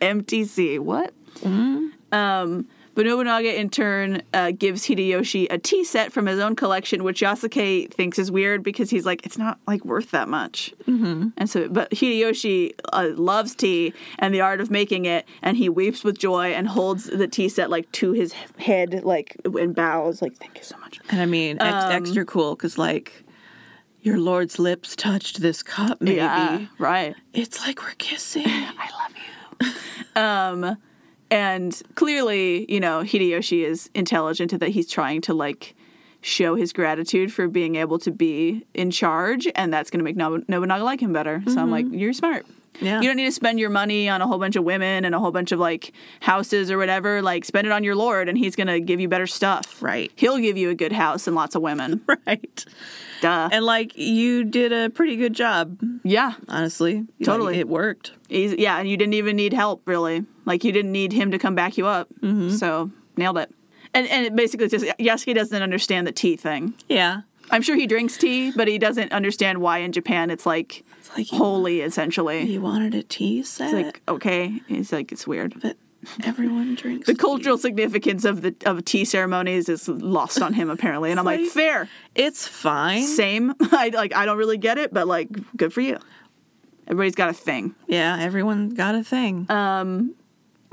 MTC, what? Um, but Nobunaga in turn uh, gives Hideyoshi a tea set from his own collection, which Yasuke thinks is weird because he's like, it's not like worth that much. And so, but Hideyoshi uh, loves tea and the art of making it, and he weeps with joy and holds the tea set like to his head, like and bows, like thank you so much. and I mean, it's extra cool cuz like Your Lord's lips touched this cup, maybe. Yeah, right. It's like we're kissing. I love you. um, and clearly, you know, Hideyoshi is intelligent in that he's trying to like show his gratitude for being able to be in charge, and that's going to make Nob- Nobunaga like him better. So I'm like, you're smart. Mm-hmm. Yeah. You don't need to spend your money on a whole bunch of women and a whole bunch of like houses or whatever. Like, spend it on your lord, and he's going to give you better stuff. Right. He'll give you a good house and lots of women. right. Duh. And like you did a pretty good job, yeah. honestly. Like, Totally. it worked. Easy. Yeah, and you didn't even need help really. Like you didn't need him to come back you up. So nailed it. And and it basically just Yasuke doesn't understand the tea thing. Yeah. I'm sure he drinks tea, but he doesn't understand why in Japan it's like It's like you, holy essentially. you wanted a tea set, It's like okay, it's like it's weird. but everyone drinks The cultural significance of the of tea ceremonies is lost on him apparently, and I'm like like- fair, It's fine. same. I like I don't really get it, but like good for you. Everybody's got a thing. Yeah, everyone got a thing. Uh,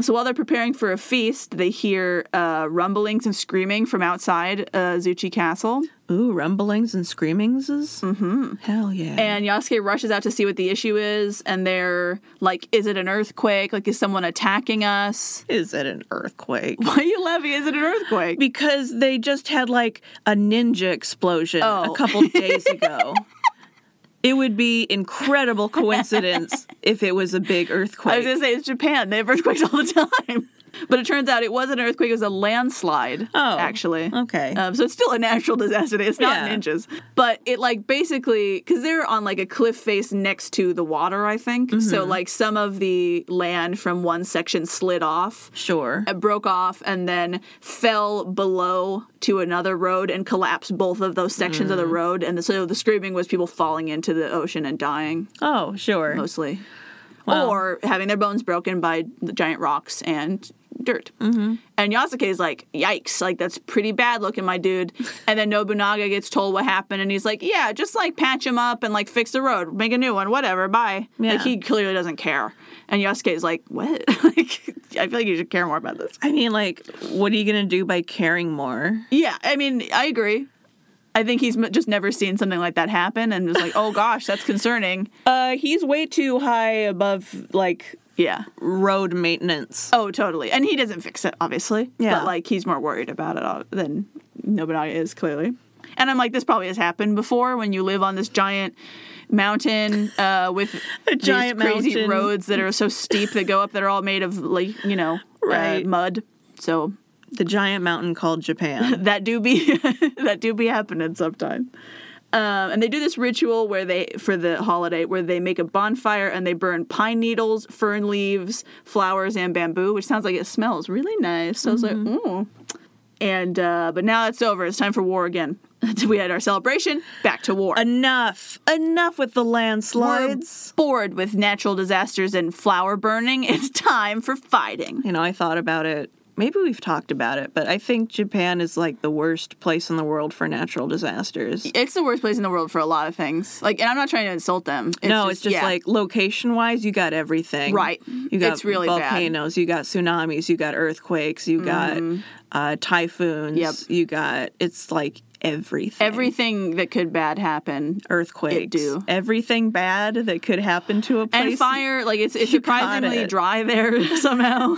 So while they're preparing for a feast, they hear uh, rumblings and screaming from outside uh, Zuchi Castle, Ooh, rumblings and screamings. Mm-hmm. Hell yeah. and Yasuke rushes out to see what the issue is. And they're like, "Is it an earthquake? Like, is someone attacking us? is it an earthquake? Why are you laughing? Is it an earthquake?" Because they just had like a ninja explosion Oh. a couple days ago. it would be incredible coincidence if it was a big earthquake. I was gonna say it's Japan; they have earthquakes all the time. But it turns out it was an earthquake; it was a landslide. Oh, actually, okay. Um, so it's still a natural disaster. It's not Yeah. ninjas, but it like basically because they're on like a cliff face next to the water, I think. So like some of the land from one section slid off. sure. It broke off and then fell below to another road and collapsed both of those sections of the road. And so the screaming was people falling into the ocean and dying Oh, sure. mostly, Wow. or having their bones broken by the giant rocks and dirt. Mm-hmm. And Yasuke is like, "Yikes! Like that's pretty bad looking, my dude." And then Nobunaga gets told what happened, and he's like, "Yeah, just like patch him up and like fix the road, make a new one, whatever. Bye." Yeah. Like he clearly doesn't care. And Yasuke is like, "What? like I feel like you should care more about this." I mean, like, what are you going to do by caring more? Yeah, I mean, I agree. I think he's m- just never seen something like that happen, and was like, "Oh gosh, that's concerning." Uh, he's way too high above, like, Yeah. road maintenance. Oh, totally. And he doesn't fix it, obviously. Yeah. But like he's more worried about it all than Nobunaga is clearly. And I'm like, this probably has happened before when you live on this giant mountain uh, with A giant these crazy mountain. roads that are so steep that go up that are all made of like you know uh, Right. mud. So The giant mountain called Japan. that do be that do be happening sometime. Um, and they do this ritual where they for the holiday where they make a bonfire and they burn pine needles, fern leaves, flowers, and bamboo, which sounds like it smells really nice. So I was like, Mm-hmm. ooh. And uh, but now it's over. It's time for war again. we had our celebration. Back to war. enough. Enough with the landslides. We're bored with natural disasters and flower burning. It's time for fighting. you know, I thought about it. Maybe we've talked about it, but I think Japan is like the worst place in the world for natural disasters. It's the worst place in the world for a lot of things. Like, and I'm not trying to insult them. no, it's just yeah. like location wise, you got everything. Right. You got It's really bad. volcanoes, you got tsunamis, you got earthquakes, you got uh, typhoons, Mm-hmm. Yep. you got it's like everything. everything that could bad happen earthquakes. do. Everything bad that could happen to a place. and fire like it's, it's you got surprisingly it. dry there somehow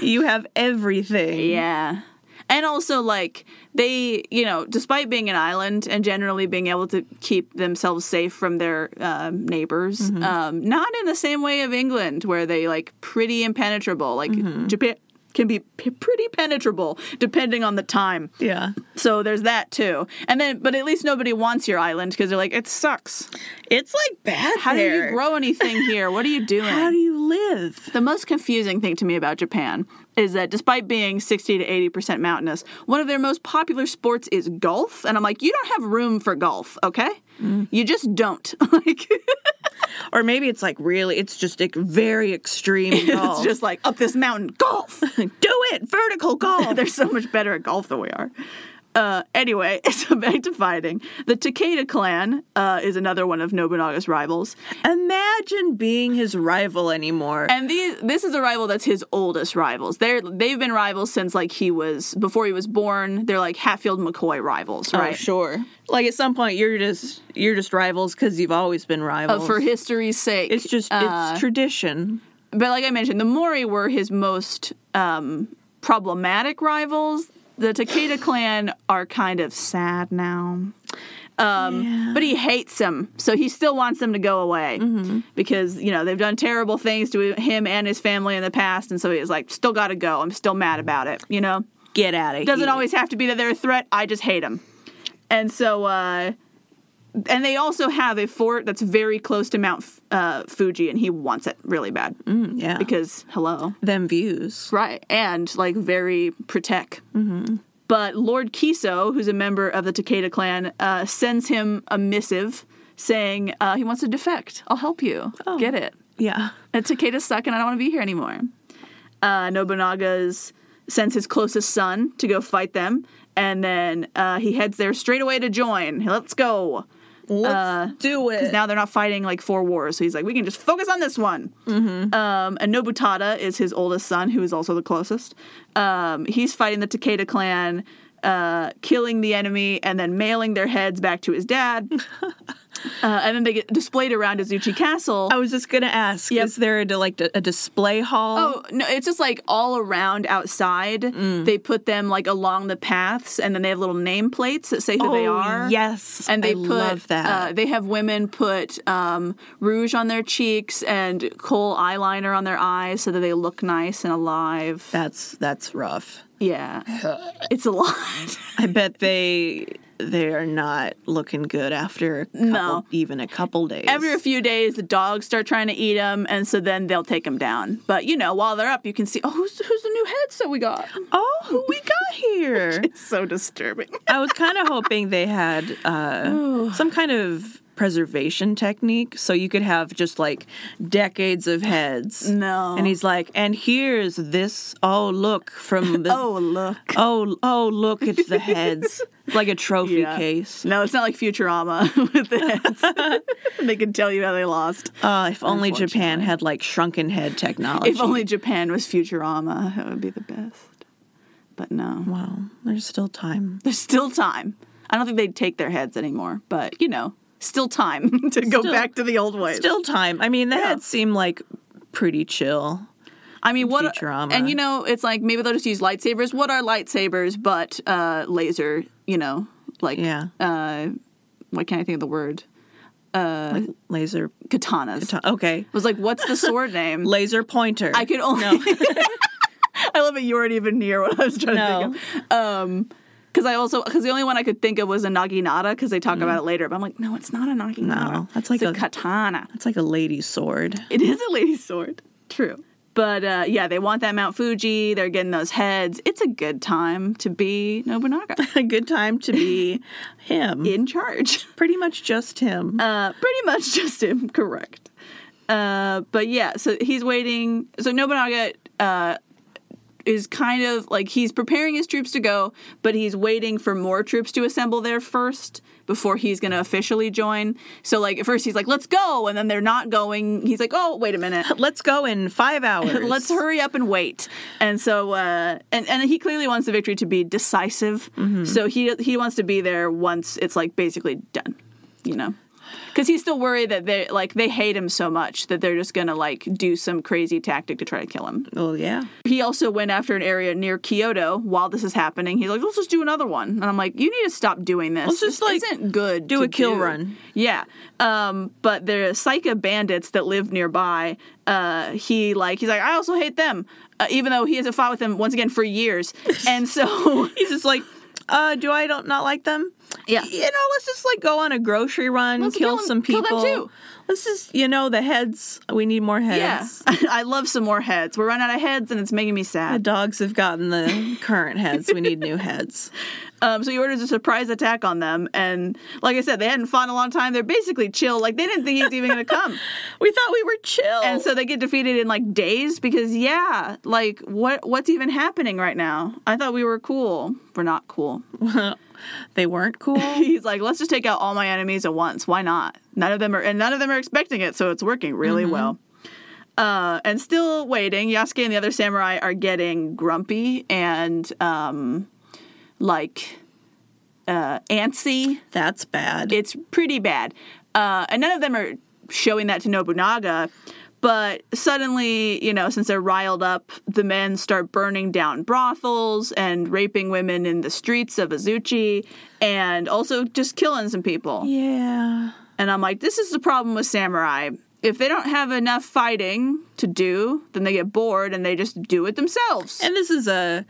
You have everything. yeah and also like they you know despite being an island and generally being able to keep themselves safe from their um, neighbors Mm-hmm. um, not in the same way of england where they like pretty impenetrable like Mm-hmm. japan can be p- pretty penetrable depending on the time Yeah. so there's that too and then but at least nobody wants your island because they're like it sucks It's like bad. How do there. you grow anything here? What are you doing? How do you live? the most confusing thing to me about Japan is that despite being 60 to 80% mountainous, one of their most popular sports is golf. And I'm like, you don't have room for golf, okay? You just don't. like, Or maybe it's like really, it's just like very extreme golf. it's just like up this mountain, golf. do it, vertical golf. They're so much better at golf than we are. Uh, anyway, so back to fighting. The Takeda clan uh, is another one of Nobunaga's rivals, Imagine being his rival anymore. and these this is a rival that's his oldest rivals. They're they've been rivals since like he was before he was born. They're like Hatfield McCoy rivals, right? Oh, sure. Like at some point, you're just you're just rivals because you've always been Uh, rivals. for history's sake, it's just uh, it's tradition. but like I mentioned, the Mori were his most um, problematic rivals. The Takeda clan are kind of sad now. Um, But he hates them, so he still wants them to go away Mm-hmm. because you know they've done terrible things to him and his family in the past, and so he's like, still got to go. I'm still Mm-hmm. mad about it. You know, Get out of here. doesn't always have to be that they're a threat. I just hate them, and so uh, and they also have a fort that's very close to Mount F- uh, Fuji, and he wants it really bad yeah because hello them views. Mm. right and like very protect Mm-hmm. but lord kiso who's a member of the takeda clan uh, sends him a missive saying uh, he wants to defect i'll help you get it Yeah. and takeda's stuck and i don't want to be here anymore uh, nobunaga's sends his closest son to go fight them and then uh, he heads there straight away to join let's go Let's do it. Uh, now they're not fighting like four wars. So he's like, we can just focus on this one. Um, and Nobutada is his oldest son, who is also the closest. Um, he's fighting the Takeda clan, uh, killing the enemy, and then mailing their heads back to his dad. uh, and then they get displayed around Azuchi Castle. I was just gonna ask: Is there a, like a, a display hall? Oh no! It's just like all around outside. Mm. They put them like along the paths, and then they have little nameplates that say who they Oh, are. Yes, and they I put love that. Uh, they have women put um, rouge on their cheeks and coal eyeliner on their eyes so that they look nice and alive. that's that's rough. yeah, it's a lot. I bet they they are not looking good after a couple, No. even a couple days. Every few days, the dogs start trying to eat them, and so then they'll take them down. But you know, while they're up, you can see oh, who's who's the new head? So we got. oh, who we got here? It's so disturbing. I was kind of hoping they had uh, some kind of preservation technique so you could have just like decades of heads. No. And he's like, and here's this. Oh, look from the. oh look. Oh, oh, look, it's the heads. like a trophy Yeah. case. No, it's not like Futurama with the heads. they can tell you how they lost. Uh, if only Japan had like shrunken head technology. If only Japan was Futurama, that would be the best. But no, Wow, there's still time. there's still time. I don't think they'd take their heads anymore, but you know, still time to go back to the old ways. Still time. I mean, the heads seem like pretty chill. I mean, what? Futurama. And you know, it's like maybe they'll just use lightsabers. What are lightsabers but uh, laser? You know, like Yeah. Uh, what can I think of the word? Like laser. Katanas. T- okay. I was like, what's the sword name? Laser pointer. I could only. I love that you weren't even near what I was trying to think of. Um, because I also because the only one I could think of was a naginata because they talk about it later. But I'm like, no, it's not a naginata. Mm. No, that's like it's a, a- katana. It's like a lady's sword. It is a lady's sword. True. But uh, yeah, they want that Mount Fuji. They're getting those heads. It's a good time to be Nobunaga A good time to be him. in charge. Pretty much just him. Uh, pretty much just him, correct. Uh, but yeah, so he's waiting. So Nobunaga uh, is kind of like he's preparing his troops to go, but he's waiting for more troops to assemble there first before he's going to officially join. So like at first he's like, "Let's go," and then they're not going. He's like, "Oh, wait a minute." Let's go in five hours. Let's hurry up and wait. And so, uh, and and he clearly wants the victory to be decisive. So he he wants to be there once it's like basically done, you know, because he's still worried that they like they hate him so much that they're just gonna like do some crazy tactic to try to kill him. Well, Oh, yeah. He also went after an area near Kyoto while this is happening. He's like, let's just do another one. And I'm like, you need to stop doing this. Let's just, This like, isn't good. do to a kill run. Yeah. Um, but the Psycha bandits that live nearby, uh, he like he's like, I also hate them, uh, even though he hasn't fought with them once again for years. And so He's just like, uh, do I don't not like them? Yeah. You know, let's just like go on a grocery run, Let's kill, kill 'em- some kill people. them too. Let's just, you know, the heads. We need more yeah, heads. I love some more heads. We're running out of heads, and it's making me The sad. dogs have gotten the current heads. We need new heads. Um, so he orders a surprise attack on them, and like I said, they hadn't fought in a long time. They're basically chill. Like they didn't think he was even going to come, We thought we were chill. and so they get defeated in like days because yeah, like what what's even happening right now? I thought we were cool. We're not cool. they weren't cool. He's like, let's just take out all my enemies at once. Why not? None of them are, and none of them are expecting it, so it's working really well. Uh, and still waiting, Yasuke and the other samurai are getting grumpy and um, like uh, antsy. That's bad. It's pretty bad. Uh, and none of them are showing that to Nobunaga. But suddenly, you know, since they're riled up, the men start burning down brothels and raping women in the streets of Azuchi and also just killing some people. yeah. And I'm like, this is the problem with samurai. If they don't have enough fighting to do, then they get bored and they just do it themselves. And this is a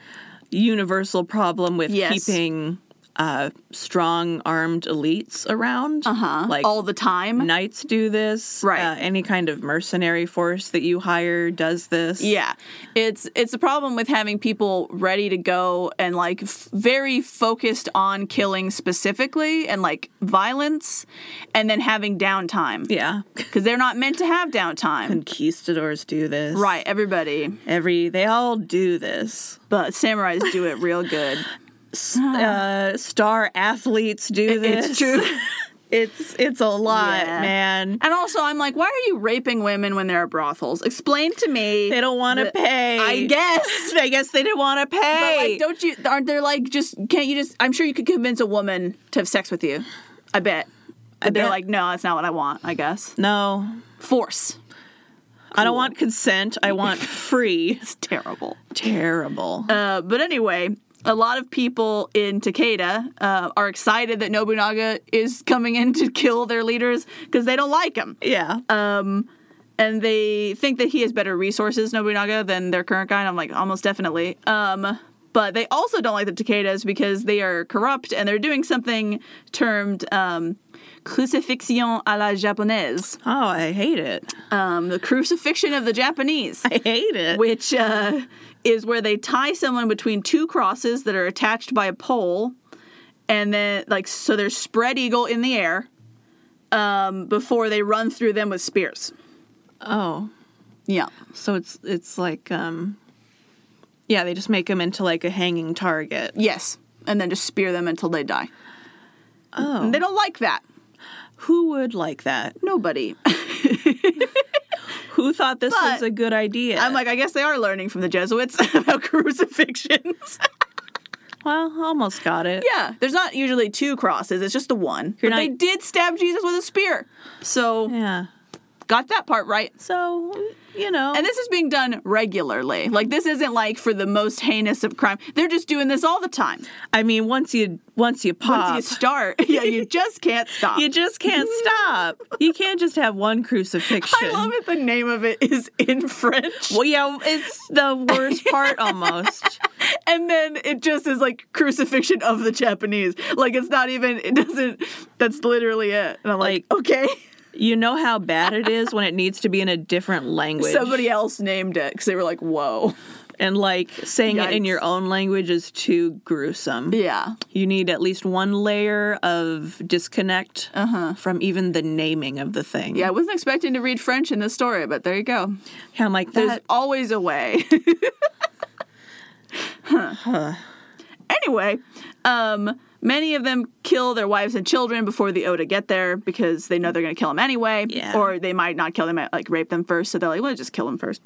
universal problem with Yes. keeping uh, strong armed elites around. Uh huh. Like Uh-huh. all the time. knights do this. Right. Uh, any kind of mercenary force that you hire does this. Yeah, it's it's a problem with having people ready to go and like f- very focused on killing specifically and like violence, and then having downtime Yeah. because they're not meant to have downtime. Conquistadors do this. Right, everybody, Every they all do this. but samurais do it real good. S- Uh, star athletes do this. It's true. It's it's a lot, Yeah. man. And also, I'm like, why are you raping women when there are brothels? Explain to me. They don't want to The- pay. I guess. I guess they didn't want to pay. But like, don't you? Aren't there like just? Can't you just? I'm sure you could convince a woman to have sex with you. I bet. But they're bet. like, no, that's not what I want. I guess no, force. I don't want consent. I want free. It's terrible. Terrible. Uh, but anyway, a lot of people in Takeda uh, are excited that Nobunaga is coming in to kill their leaders because they don't like him. yeah. Uh, And they think that he has better resources, Nobunaga, than their current guy. And I'm like, almost definitely. Um, but they also don't like the Takedas because they are corrupt and they're doing something termed um, crucifixion à la japonaise, oh, I hate it. um, the crucifixion of the Japanese. I hate it. which uh, is where they tie someone between two crosses that are attached by a pole, and then like so they're spread eagle in the air um, before they run through them with spears. oh, Yeah, so it's it's like um, yeah, they just make them into like a hanging target. yes, and then just spear them until they die. Oh, And they don't like that. who would like that? Nobody. Who thought this But- was a good idea? I'm like, I guess they are learning from the Jesuits about crucifixions. well, almost got it. yeah, there's not usually two crosses; it's just the one. You're but not- they did stab Jesus with a spear, so Yeah. got that part right. So you know, And this is being done regularly. Like this isn't like for the most heinous of crime. They're just doing this all the time. I mean, once you once you Once pop, you start, yeah, you just can't stop. you just can't stop. You can't just have one crucifixion. I love it. The name of it is in French, Well, yeah, it's the worst part almost. and then it just is like crucifixion of the Japanese. Like it's not even. It doesn't. That's literally it. And I'm like, Like, okay, You know how bad it is when it needs to be in a different language. somebody else named it because they were like, whoa, and like saying it in Yikes. your own language is too gruesome. yeah, You need at least one layer of disconnect from even the naming of the thing. Uh-huh. yeah. I wasn't expecting to read French in this story, but there you go. I'm like, There's there's always a way. Huh. Anyway, um, many of them kill their wives and children before the Oda get there because they know they're going to kill them anyway, Yeah. or they might not kill them, might, like rape them first. So they're like, "Let's just kill them first.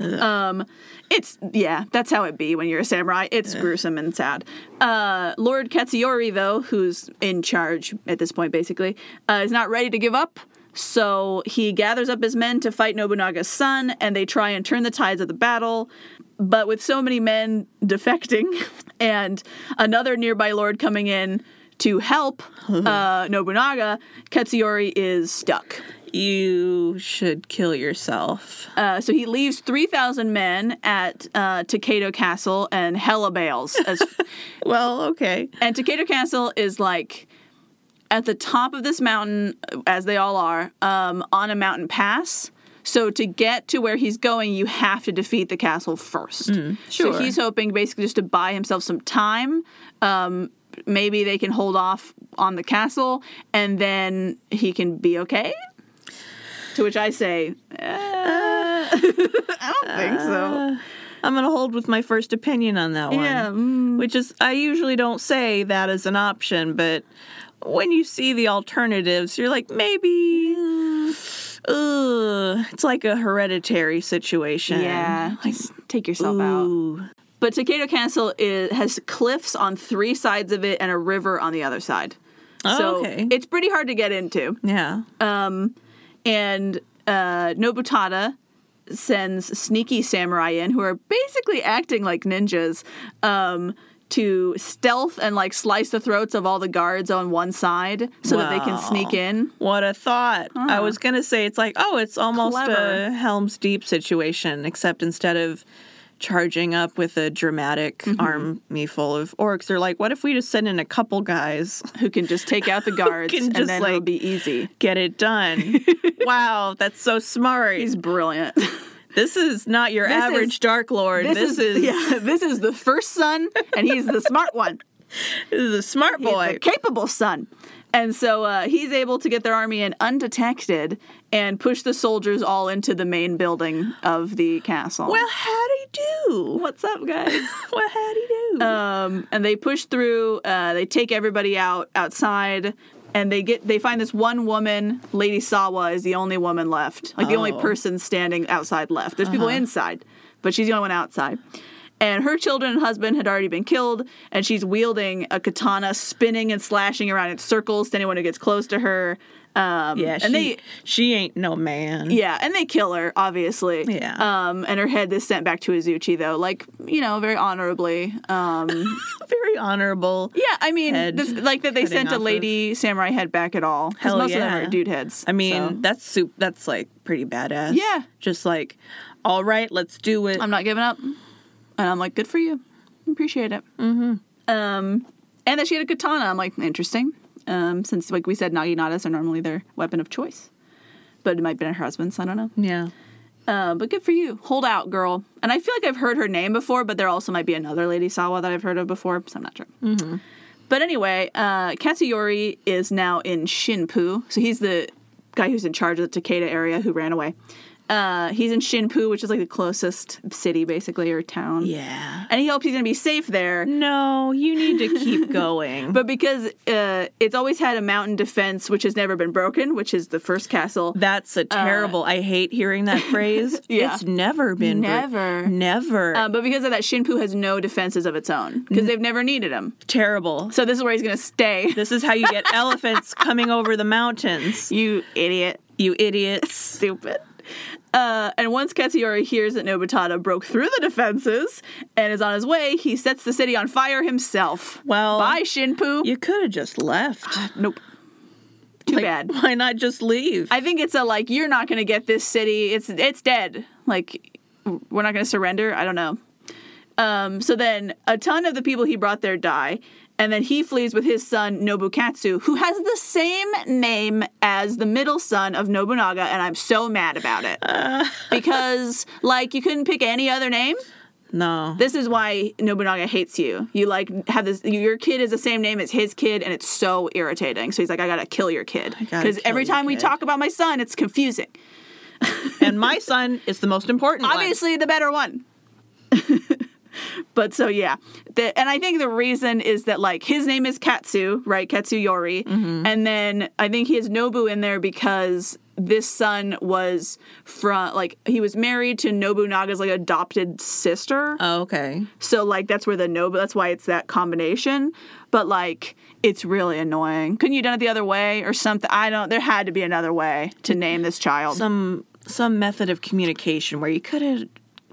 Um, it's yeah, that's how it be when you're a samurai. It's gruesome and sad. Uh, Lord Katsuyori, though, who's in charge at this point, basically, uh, is not ready to give up. So he gathers up his men to fight Nobunaga's son, and they try and turn the tides of the battle. But with so many men defecting, and another nearby lord coming in to help uh, Nobunaga, Katsuyori is stuck. you should kill yourself. Uh, so he leaves 3,000 men at uh, Takedo Castle and hella bails. As, Well, okay. and Takedo Castle is like at the top of this mountain, as they all are, um, on a mountain pass. So to get to where he's going, you have to defeat the castle first. sure. So he's hoping basically just to buy himself some time um, maybe they can hold off on the castle and then he can be okay? To which I say, eh, I don't think so. I'm gonna hold with my first opinion on that one. Yeah, mm. Which is I usually don't say that as an option, but when you see the alternatives, you're like, maybe Ugh. it's like a hereditary situation. Yeah, Like, just take yourself out. ooh. But Takedo Castle is, has cliffs on three sides of it and a river on the other side. Oh, so okay. it's pretty hard to get into. Yeah. Um, and uh, Nobutada sends sneaky samurai in who are basically acting like ninjas um, to stealth and like slice the throats of all the guards on one side so that they can Wow. sneak in. What a thought. I was going to say it's like, oh, it's almost Clever. a Helm's Deep situation, except instead of charging up with a dramatic Mm-hmm. army full of orcs, they're like, what if we just send in a couple guys, Who can just take out the guards can and just, then it'll like- be easy. get it done? wow, that's so smart. He's brilliant. this is not your is- average Dark Lord. This, is, yeah, this is the first son, and he's the smart one. this is a smart He's boy. the capable son. And so uh, he's able to get their army in undetected and push the soldiers all into the main building of the castle. Well, how'd he do? what's up, guys? What how'd he do? um, and they push through. Uh, they take everybody out outside, and they get they find this one woman. Lady Sawa is the only woman left, like the only Oh. Uh-huh. person standing outside left. There's people inside, but she's the only one outside. And her children and husband had already been killed, and she's wielding a katana, spinning and slashing around in circles to anyone who gets close to her. Um, yeah, and she, they she ain't no man. yeah, and they kill her, obviously. Yeah. Um, and her head is sent back to Azuchi, though, like you know, very honorably. Um, Very honorable. yeah, I mean, Head this, like that they cutting sent a off lady samurai head back at all. 'cause Hell most of them are yeah. dude heads. I mean, so. that's soup. That's like pretty badass. Yeah. Just like, all right, let's do it. I'm not giving up, and I'm like, good for you, appreciate it. Mm-hmm. Um, and that she had a katana. I'm like, interesting. Um, since like we said, naginatas are normally their weapon of choice, but it might have been her husband's. I don't know. yeah. Uh, but good for you. Hold out, girl. And I feel like I've heard her name before, but there also might be another Lady Sawa that I've heard of before, so I'm not sure. But anyway, uh, Katsuyori is now in Shinpu. So he's the guy who's in charge of the Takeda area who ran away. Uh, he's in Shinpu, which is like the closest city, basically, or town. Yeah. And he hopes he's going to be safe there. No, you need to keep going. But because uh, it's always had a mountain defense, which has never been broken, which is the first castle, that's a terrible. I hate hearing that phrase. uh, Yeah. It's never been br- Never. never Uh, but because of that, Shinpu has no defenses of its own because they've never needed them. terrible. So this is where he's gonna stay. This is how you get elephants coming over the mountains. you idiot, You idiots. stupid. Uh, and once Katsuyori hears that Nobutada broke through the defenses and is on his way, he sets the city on fire himself. Well, bye Shinpu. You could have just left. nope. Too Like, bad. Why not just leave? I think it's a like you're not gonna get this city. It's it's dead. Like we're not gonna surrender. I don't know. Um, so then a ton of the people he brought there die, and then he flees with his son Nobukatsu, who has the same name as the middle son of Nobunaga, and I'm so mad about it because like you couldn't pick any other name. no. This is why Nobunaga hates you. You like have this. Your kid is the same name as his kid, and it's so irritating. So he's like, I gotta kill your kid gotta because kill every your time we kid. talk about my son, it's confusing. and my son is the most important one. Obviously, the better one. but so yeah, the, and I think the reason is that like his name is Katsu, right? Katsu Yori, Mm-hmm. and then I think he has Nobu in there because this son was from like he was married to Nobunaga's like adopted sister. Oh, okay. So like that's where the no, that's why it's that combination. But like it's really annoying. Couldn't you done it the other way or something? I don't. There had to be another way to name this child. some some method of communication where you could have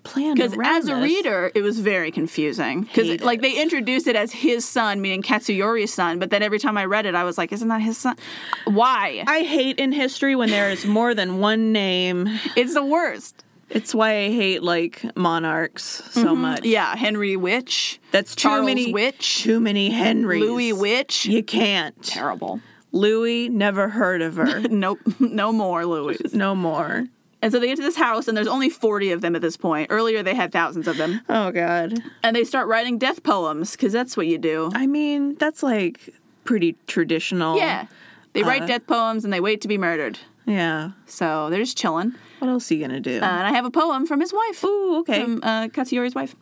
planned Because around as a this. reader, it was very confusing. Because Hate like it. they introduced it as his son, meaning Katsuyori's son. But then every time I read it, I was like, isn't that his son? Why? I hate in history when there is more than one name. It's the worst. It's why I hate like monarchs so much. Mm-hmm. Yeah, Henry Witch. That's too Charles many. Witch. Too many Henrys. Louis Witch. You can't. Terrible. Louis never heard of her. Nope. No more Louis. no more. And so they get to this house, and there's only 40 of them at this point. Earlier, they had thousands of them. Oh god. And they start writing death poems, because that's what you do. I mean, that's like pretty traditional. Yeah. They write death poems and they wait to be murdered. Yeah. So they're just chilling. What else are you gonna do? Uh, and I have a poem from his wife. Ooh, okay. From uh, Katsuyori's wife.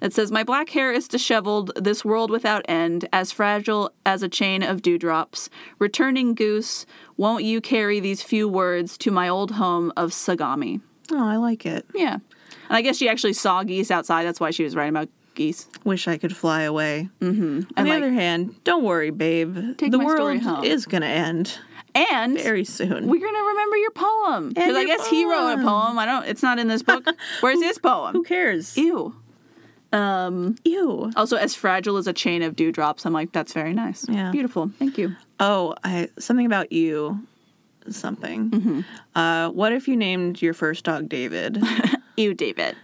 It says, My black hair is disheveled, this world without end, as fragile as a chain of dewdrops. Returning goose, won't you carry these few words to my old home of Sagami? oh, I like it. Yeah. And I guess she actually saw geese outside. That's why she was writing about geese. Wish I could fly away. Mm-hmm. On And, the like- other hand, don't worry, babe. Take the my story world home. is gonna end And very soon. we're gonna remember your poem because And I your guess he wrote a poem. I don't. It's not in this book. Where's his Who poem? cares? Ew. Um. Ew. Also, as fragile as a chain of dewdrops. I'm like, that's very nice. Yeah. Beautiful. Thank you. Oh, I something about you. Something. Mm-hmm. Uh, what if you named your first dog David? Ew, David.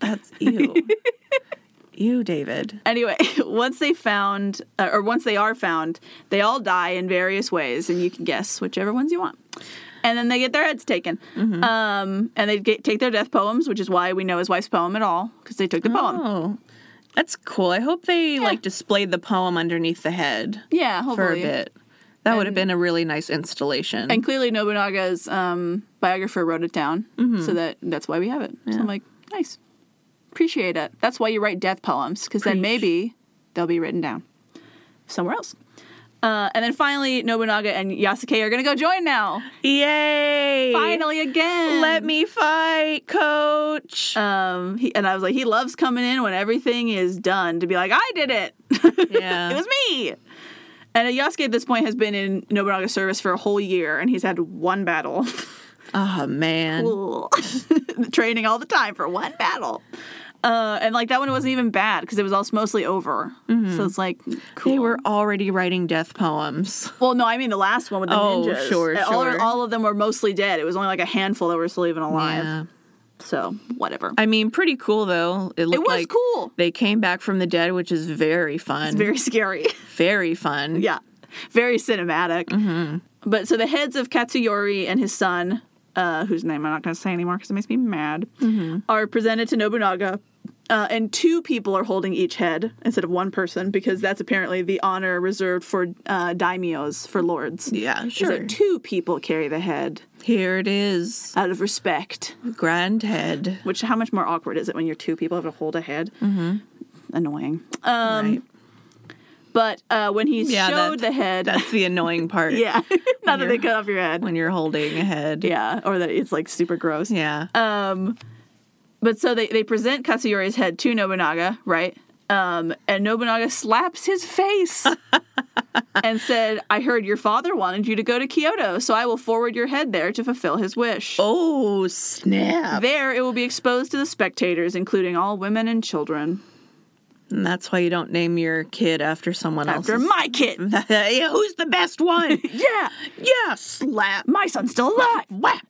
That's you. you, David. Anyway, once they found, uh, or once they are found, they all die in various ways, and you can guess whichever ones you want. And then they get their heads taken. Mm-hmm. Um, and they get, take their death poems, which is why we know his wife's poem at all, because they took the poem. Oh, that's cool. I hope they like displayed the poem underneath the head Yeah, for a hopefully. bit. That would have been a really nice installation. And clearly Nobunaga's um, biographer wrote it down, Mm-hmm. so that that's why we have it. So I'm like, nice, appreciate it. That's why you write death poems, because then Preach. maybe they'll be written down somewhere else. Uh, and then finally, Nobunaga and Yasuke are gonna go join now. Yay! Finally, again. Let me fight, coach. Um, he, and I was like, he loves coming in when everything is done to be like, I did it. Yeah. it was me. And Yasuke at this point has been in Nobunaga's service for a whole year, and he's had one battle. oh man. Ugh. training all the time for one battle. Uh, and like that one wasn't even bad because it was also mostly over. So it's like cool. Mm-hmm. They were already writing death poems. well, no, I mean the last one with the Oh, ninjas. sure, all, sure. all of them were mostly dead. It was only like a handful that were still even alive. So whatever. I mean, pretty cool though. It looked it was like cool. they came back from the dead, which is very fun. It's very scary. very fun. yeah, very cinematic. Mm-hmm. But so the heads of Katsuyori and his son, uh, whose name I'm not going to say anymore because it makes me mad, Mm-hmm. are presented to Nobunaga. Uh, and two people are holding each head instead of one person because that's apparently the honor reserved for uh, daimios, for lords. Yeah, Is that sure. two people carry the head Here it is. out of respect. Grand head. Which, how much more awkward is it when you're two people have to hold a head? Mm-hmm. Annoying. Um, right. But uh, when he Yeah, showed that- the head, That's the annoying part. yeah, not that they cut off your head. When you're holding a head. Yeah, or that it's like super gross. Yeah. Um, but so they, they present Katsuyori's head to Nobunaga, right? Um, and Nobunaga slaps his face and said, I heard your father wanted you to go to Kyoto, so I will forward your head there to fulfill his wish. oh, snap. There, it will be exposed to the spectators, including all women and children. And that's why you don't name your kid after someone After else's. my kid! Hey, Who's the best one? Yeah! yeah, slap. My son's still alive! Whap!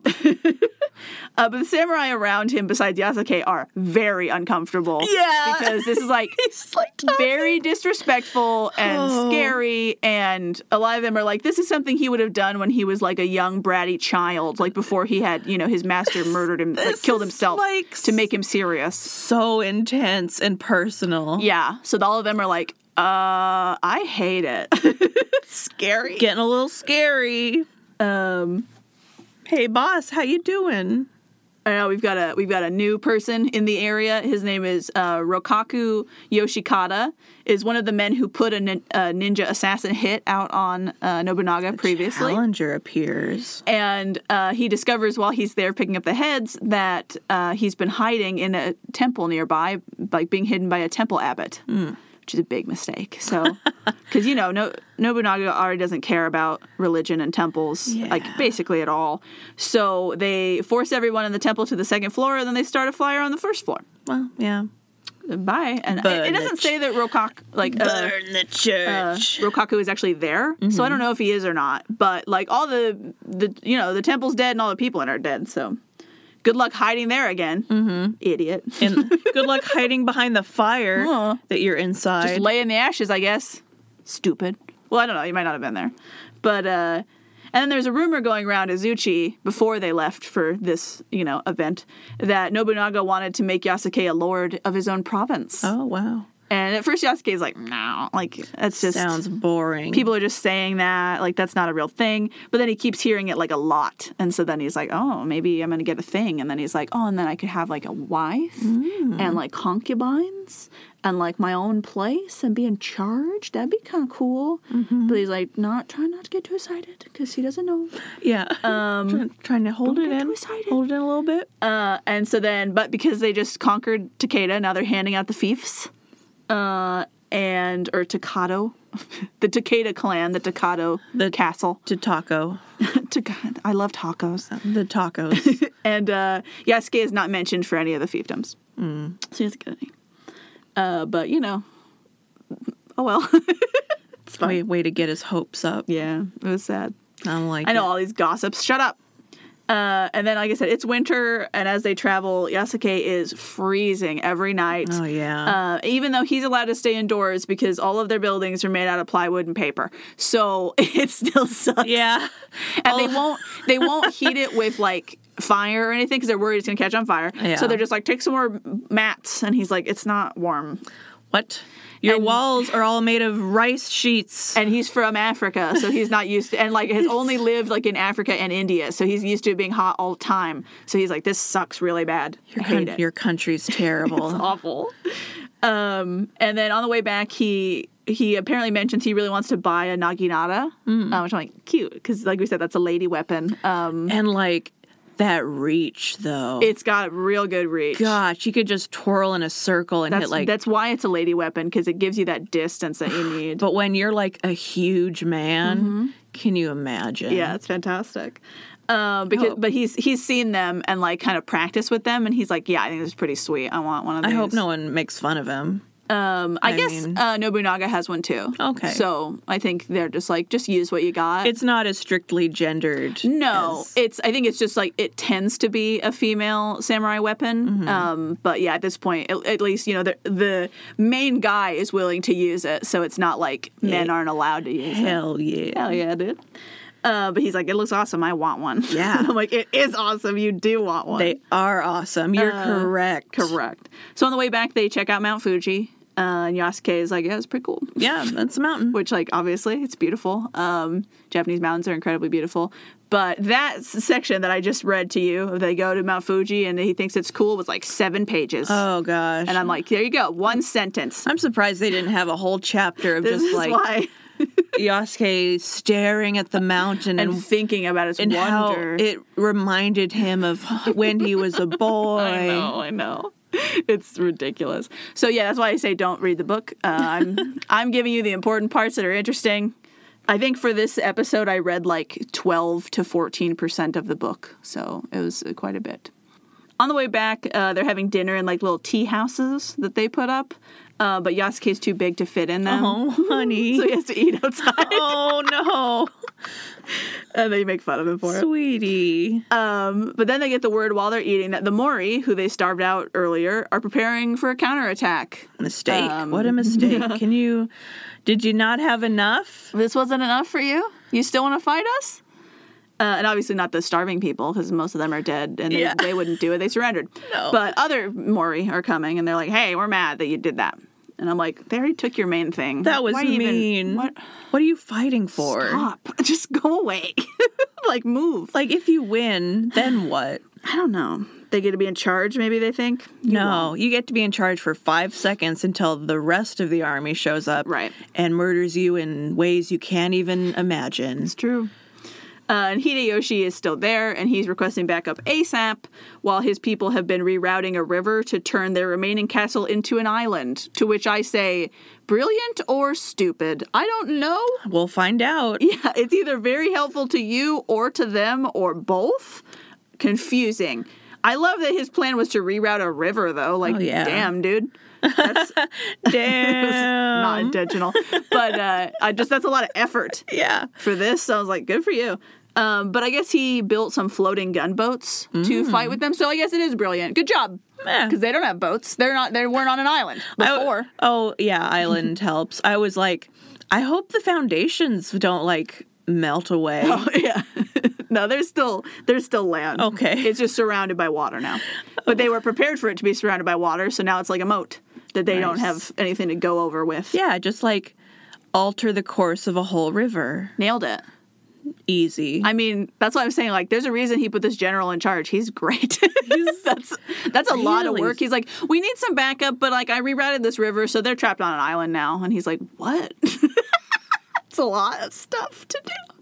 uh, but the samurai around him, besides Yasuke, are very uncomfortable. Yeah. Because this is like He's like, very disrespectful and Oh. scary and a lot of them are like this is something he would have done when he was like a young bratty child like before he had you know his master murdered him like this killed is himself like to make him serious so intense and personal. yeah so all of them are like uh i hate it scary Getting a little scary. um Hey, boss, how you doing? I know we've got a we've got a new person in the area. His name is uh, Rokaku Yoshikata. Is one of the men who put a, nin- a ninja assassin hit out on uh, Nobunaga previously. Challenger appears. and uh, he discovers while he's there picking up the heads that uh, he's been hiding in a temple nearby, like being hidden by a temple abbot, which is a big mistake. So, because you know, no, Nobunaga already doesn't care about religion and temples, like Yeah. basically at all. So they force everyone in the temple to the second floor, and then they start a fire on the first floor. Well, yeah. Bye. And it- it, Burn doesn't it. say that Rokak like uh, the uh, church. Rokaku is actually there. Mm-hmm. So I don't know if he is or not. But like all the the you know the temple's dead and all the people in it are dead. So good luck hiding there again, mm-hmm. idiot. and good luck hiding behind the fire Huh. that you're inside. Just lay in the ashes, I guess. Stupid. Well, I don't know. You might not have been there, but uh, And then there's a rumor going around Azuchi before they left for this, you know, event that Nobunaga wanted to make Yasuke a lord of his own province. Oh wow. And at first Yasuke's like, no, like that's just Sounds boring. people are just saying that, like that's not a real thing. But then he keeps hearing it like a lot. And so then he's like, Oh, maybe I'm gonna get a thing. And then he's like, Oh, and then I could have like a wife and like concubines and like my own place and be in charge. That'd be kind of cool. But he's like, not trying not to get too excited because he doesn't know. yeah. Um, Try- trying to hold don't it get too in. excited. Hold it in a little bit. Uh, and so then, but because they just conquered Takeda, now they're handing out the fiefs. Uh, and, or Takado. the Takeda clan, the Takado The- castle. To taco. uh, Taka- I love tacos. The tacos. And uh, Yasuke is not mentioned for any of the fiefdoms. So he doesn't get any. Uh, but, you know, oh well. way, way to get his hopes up. yeah, it was sad. I'm like I know it. all these gossips. Shut up. Uh, and then, like I said, it's winter, and as they travel, Yasuke is freezing every night. Oh yeah. Uh, even though he's allowed to stay indoors because all of their buildings are made out of plywood and paper, so it still sucks. yeah. and Oh. they won't they won't heat it with like fire or anything because they're worried it's gonna catch on fire. Yeah. So they're just like, take some more mats, and he's like, it's not warm, What? Your And- walls are all made of rice sheets. and he's from Africa, so he's not used to, and like has only lived like in Africa and India, so he's used to it being hot all the time. So he's like, this sucks really bad. I Your, hate coun- it. your country's terrible. It's awful. Um, and then on the way back, he he apparently mentions he really wants to buy a naginata, Mm. uh, which I'm like cute because, like we said, that's a lady weapon. Um, and like that reach though. it's got real good reach. Gosh, you could just twirl in a circle and That's hit like. that's why it's a lady weapon because it gives you that distance that you need. but when you're like a huge man, Mm-hmm. can you imagine? yeah, it's fantastic. Um, because Oh. but he's he's seen them and like kind of practiced with them, and he's like, yeah, I think this is pretty sweet. I want one of I these. hope no one makes fun of him. Um, I, I guess mean- uh, Nobunaga has one too. Okay. So I think they're just like, just use what you got. It's not as strictly gendered. No, as- it's. I think it's just like it tends to be a female samurai weapon. Mm-hmm. Um, but yeah, at this point, at, at least you know the the main guy is willing to use it, so it's not like men Yeah. aren't allowed to use it. hell yeah. Hell yeah, dude. Uh, but he's like, it looks awesome. I want one. Yeah. And I'm like, it is awesome. You do want one. They are awesome. You're Uh, correct. Correct. So on the way back, they check out Mount Fuji, uh, and Yasuke is like, yeah, it's pretty cool Yeah, that's a mountain. which like obviously it's beautiful um, japanese mountains are incredibly beautiful but that s- section that i just read to you they go to mount fuji and he thinks it's cool was like seven pages Oh gosh. and i'm like there you go one sentence I'm surprised they didn't have a whole chapter of this just is like why Yasuke staring at the mountain and, and thinking about its and how wonder it reminded him of when he was a boy. i know i know it's ridiculous so yeah that's why i say don't read the book uh, i'm i'm giving you the important parts that are interesting I think for this episode, I read like 12 to 14% of the book. So it was uh, quite a bit. On the way back, uh, they're having dinner in like little tea houses that they put up, uh, but Yasuke's too big to fit in them. Oh, honey. So he has to eat outside, oh and they make fun of him for no, it. sweetie. Um, but then they get the word while they're eating that the Mori, who they starved out earlier, are preparing for a counterattack. mistake. um, what a mistake. Can you? Did you not have enough? This wasn't enough for you? You still want to fight us? Uh, and obviously not the starving people, because most of them are dead, and they, Yeah. they wouldn't do it. They surrendered. No. But other Mori are coming, and they're like, "Hey, we're mad that you did that." And I'm like, "They already took your main thing. That was Why you even- mean. what- what? are you fighting for? Stop. Just go away. like move. Like, if you win, then what? I don't know. They get to be in charge. Maybe they think. You won't. no, you get to be in charge for five seconds until the rest of the army shows up, Right. and murders you in ways you can't even imagine. It's true. Uh, and Hideyoshi is still there, and he's requesting backup ASAP while his people have been rerouting a river to turn their remaining castle into an island. To which I say, brilliant or stupid? I don't know. We'll find out. Yeah, it's either very helpful to you or to them or both. Confusing. I love that his plan was to reroute a river, though. Like, Oh, yeah. damn, dude. That's Damn. not intentional. But uh, I just, that's a lot of effort yeah. for this. So I was like, good for you. Um, but I guess he built some floating gunboats to fight with them. So I guess it is brilliant. Good job. Mm. Yeah. Because they don't have boats. They're not. They weren't on an island I- before. oh yeah, island helps. I was like, I hope the foundations don't like melt away. Oh, yeah. no, there's still there's still land. Okay. It's just surrounded by water now. But they were prepared for it to be surrounded by water, so now it's like a moat that they don't have anything to go over with. Yeah, just like alter the course of a whole river. Nailed it. Easy. I mean, that's what I'm saying. Like, there's a reason he put this general in charge. He's great. that's that's a lot of Really? work. He's like, we need some backup, but like, I rerouted this river, so they're trapped on an island now. And he's like, what? It's a lot of stuff to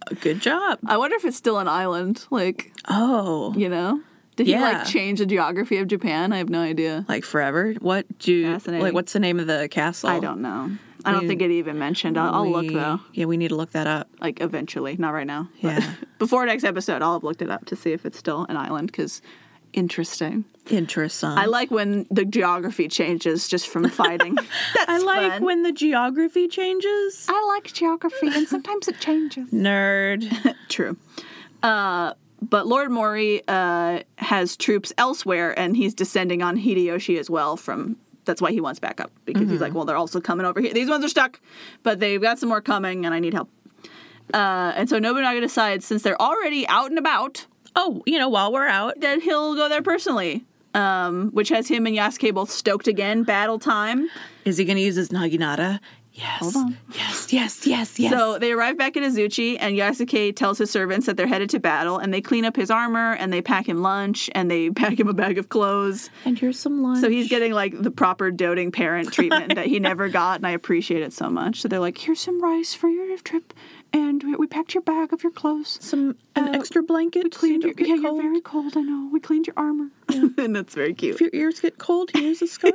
do. Good job. I wonder if it's still an island. Like, Oh, you know, did he Yeah. like change the geography of Japan? I have no idea. like forever. What do you, Fascinating. like? What's the name of the castle? I don't know. I don't We- think it even mentioned. I'll, I'll look We- though. Yeah, we need to look that up. Like eventually, not right now. but Yeah. Before next episode, I'll have looked it up to see if it's still an island because interesting. Interesting. I like when the geography changes just from fighting. That's I like fun. when the geography changes. I like geography, and sometimes it changes. Nerd. True. Uh, but Lord Mori uh, has troops elsewhere, and he's descending on Hideyoshi as well. From that's why he wants backup because he's like, well, they're also coming over here. These ones are stuck, but they've got some more coming, and I need help. Uh, and so Nobunaga decides, since they're already out and about, Oh, you know, while we're out, that he'll go there personally. Um, which has him and Yasuke both stoked again. Battle time. is he going to use his naginata? Yes. Hold on. Yes, yes, yes, yes. So they arrive back at Azuchi, and Yasuke tells his servants that they're headed to battle, and they clean up his armor, and they pack him lunch, and they pack him a bag of clothes. and here's some lunch. So he's getting like the proper doting parent treatment that he never got, and I appreciate it so much. So they're like, "Here's some rice for your trip, and we- we packed your bag of your clothes. some uh, an extra blanket. so you Cleaned your, don't get yeah, cold. you're very cold. I know. We cleaned your armor, and that's very cute." if your ears get cold, here's a scarf.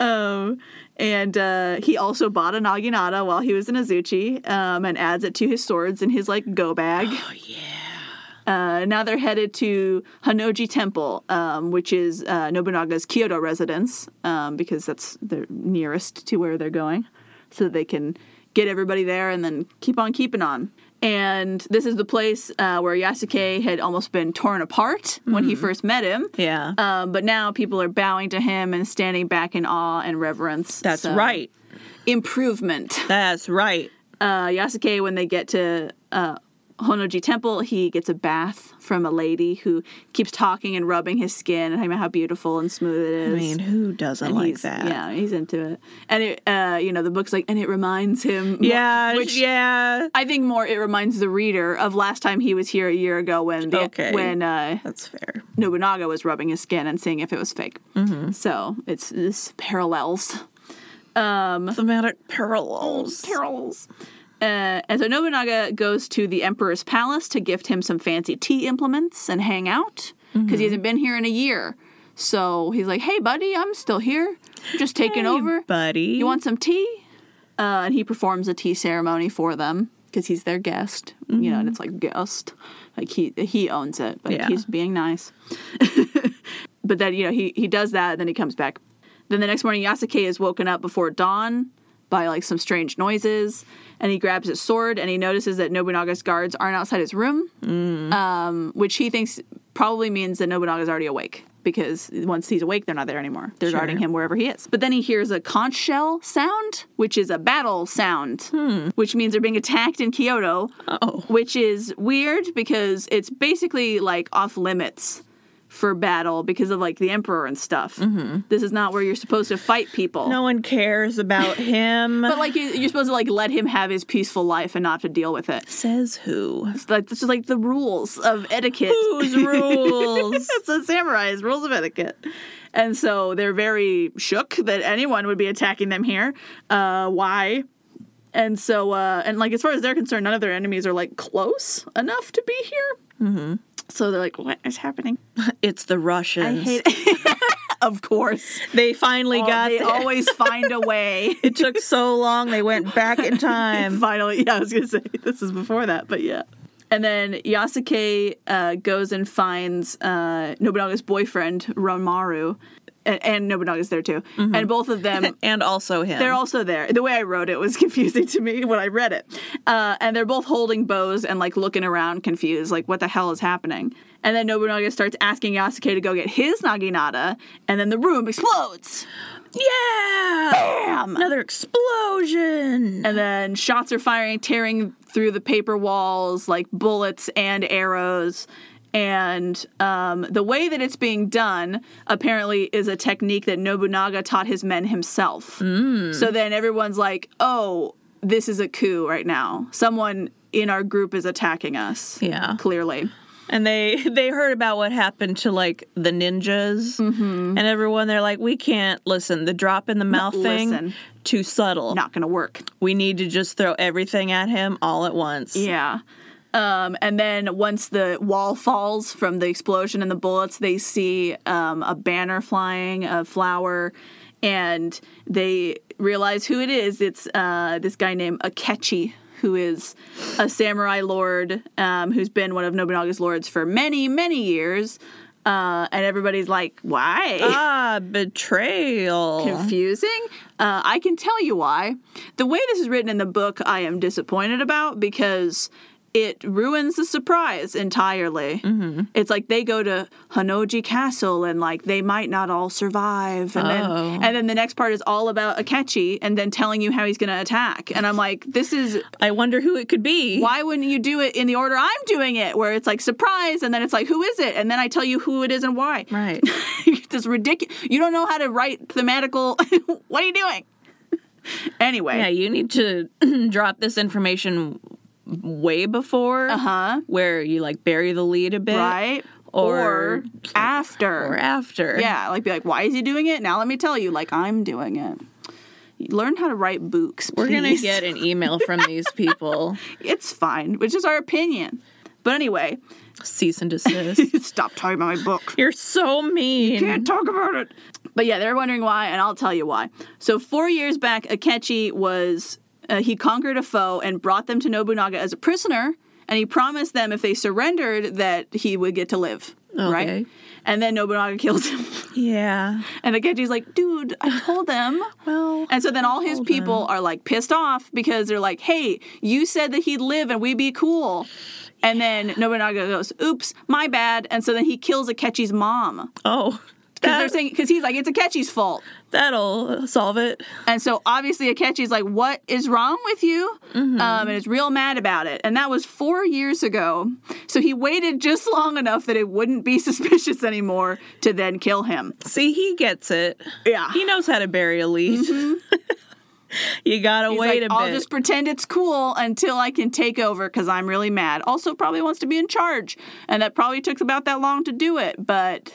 Um, and uh, he also bought a naginata while he was in Azuchi um, and adds it to his swords in his like go bag. Oh, yeah. Uh, now they're headed to Hanoji Temple, um, which is uh, Nobunaga's Kyoto residence, um, because that's the nearest to where they're going, so that they can get everybody there and then keep on keeping on. And this is the place uh, where Yasuke had almost been torn apart when he first met him. yeah. Um, but now people are bowing to him and standing back in awe and reverence. That's So, right. Improvement. That's right. Uh, Yasuke, when they get to uh, Honoji Temple, he gets a bath from a lady who keeps talking and rubbing his skin and talking about how beautiful and smooth it is. I mean, who doesn't And like he's- that? Yeah, he's into it. And it, uh, you know, the book's like, and it reminds him. Yeah, which yeah. I think more it reminds the reader of last time he was here a year ago when the Okay. when uh, That's fair. Nobunaga was rubbing his skin and seeing if it was fake. So it's this parallels. Um, Thematic parallels. parallels. Uh, and so Nobunaga goes to the emperor's palace to gift him some fancy tea implements and hang out because he hasn't been here in a year. So he's like, "Hey, buddy, I'm still here. I'm just taking Hey, over. buddy. You want some tea?" Uh, and he performs a tea ceremony for them because he's their guest, you know. And it's like guest, like he he owns it, but Yeah. he's being nice. but then you know he he does that, and then he comes back. Then the next morning, Yasuke is woken up before dawn by like some strange noises, and he grabs his sword and he notices that Nobunaga's guards aren't outside his room, um, which he thinks probably means that Nobunaga's already awake because once he's awake, they're not there anymore. They're Sure. guarding him wherever he is. But then he hears a conch shell sound, which is a battle sound, Hmm. which means they're being attacked in Kyoto Oh, which is weird because it's basically like off limits for battle because of like the emperor and stuff. This is not where you're supposed to fight people. Mm-hmm. no one cares about him. But like you- you're supposed to like let him have his peaceful life and not to deal with it. Says who? It's like this is like the rules of etiquette. Whose rules? it's a samurai's rules of etiquette. And so they're very shook that anyone would be attacking them here. Uh, why? And so, uh, and like as far as they're concerned, none of their enemies are like close enough to be here. Mm-hmm. So they're like, what is happening? it's the Russians. it. of course. They finally got they the- always find a way. It took so long. They went back in time. Finally, yeah, I was gonna say this is before that, but yeah. And then Yasuke uh, goes and finds uh, Nobunaga's boyfriend Ronmaru, and, and Nobunaga's there too, and both of them. and also him. They're also there. The way I wrote it was confusing to me when I read it. Uh, and they're both holding bows and like looking around confused, like what the hell is happening. And then Nobunaga starts asking Yasuke to go get his Naginata, and then the room explodes. yeah, Bam! another explosion. And then shots are firing, tearing through the paper walls like bullets and arrows. And um, the way that it's being done apparently is a technique that Nobunaga taught his men himself. So then everyone's like, oh, this is a coup right now. Someone in our group is attacking us. Yeah. Clearly. And they they heard about what happened to like the ninjas Mm-hmm. and everyone. They're like, we can't listen. The drop in the mouth thing listen. too subtle. Not going to work. We need to just throw everything at him all at once. Yeah. Um, and then once the wall falls from the explosion and the bullets, they see um, a banner flying, a flower, and they realize who it is. It's uh, this guy named Akechi, who is a samurai lord um, who's been one of Nobunaga's lords for many, many years. Uh, and everybody's like, why? Ah, betrayal. confusing. Uh, I can tell you why. The way this is written in the book, I am disappointed about because it ruins the surprise entirely. Mm-hmm. It's like they go to Hanoji Castle and like they might not all survive, and Oh. then and then the next part is all about Akechi and then telling you how he's going to attack. And I'm like, this is I wonder who it could be. why wouldn't you do it in the order I'm doing it, where it's like surprise, and then it's like who is it, and then I tell you who it is and why. Right. it's just ridiculous. You don't know how to write thematical. what are you doing? anyway, Yeah, you need to drop this information way before Uh-huh. where you like bury the lead a bit. right Or- after. Or after. yeah, like be like, why is he doing it? Now let me tell you, like I'm doing it. Learn how to write books. We're gonna please. get an email from these people. It's fine, which is our opinion. But anyway, Cease and desist. stop talking about my book. You're so mean. can't talk about it. Mm-hmm. But yeah, they're wondering why, and I'll tell you why. So four years back, Akechi was uh, he conquered a foe and brought them to Nobunaga as a prisoner, and he promised them if they surrendered that he would get to live. Okay. Right. And then Nobunaga kills him, Yeah. and Akechi's like, "Dude, I told them." Well, And so then all his Hold people are like pissed off because they're like, hey, you said that he'd live and we'd be cool. And then Nobunaga goes, oops, my bad. And so then he kills Akechi's mom. oh, Because they're that, saying, because he's like, it's Akechi's fault. that'll solve it. And so obviously Akechi's like, what is wrong with you? Mm-hmm. Um, and is real mad about it. And that was four years ago. So he waited just long enough that it wouldn't be suspicious anymore to then kill him. See, he gets it. Yeah. He knows how to bury a lead. you gotta Mm-hmm. He's wait like, a I'll bit. just pretend it's cool until I can take over because I'm really mad. Also, probably wants to be in charge, and that probably took about that long to do it. But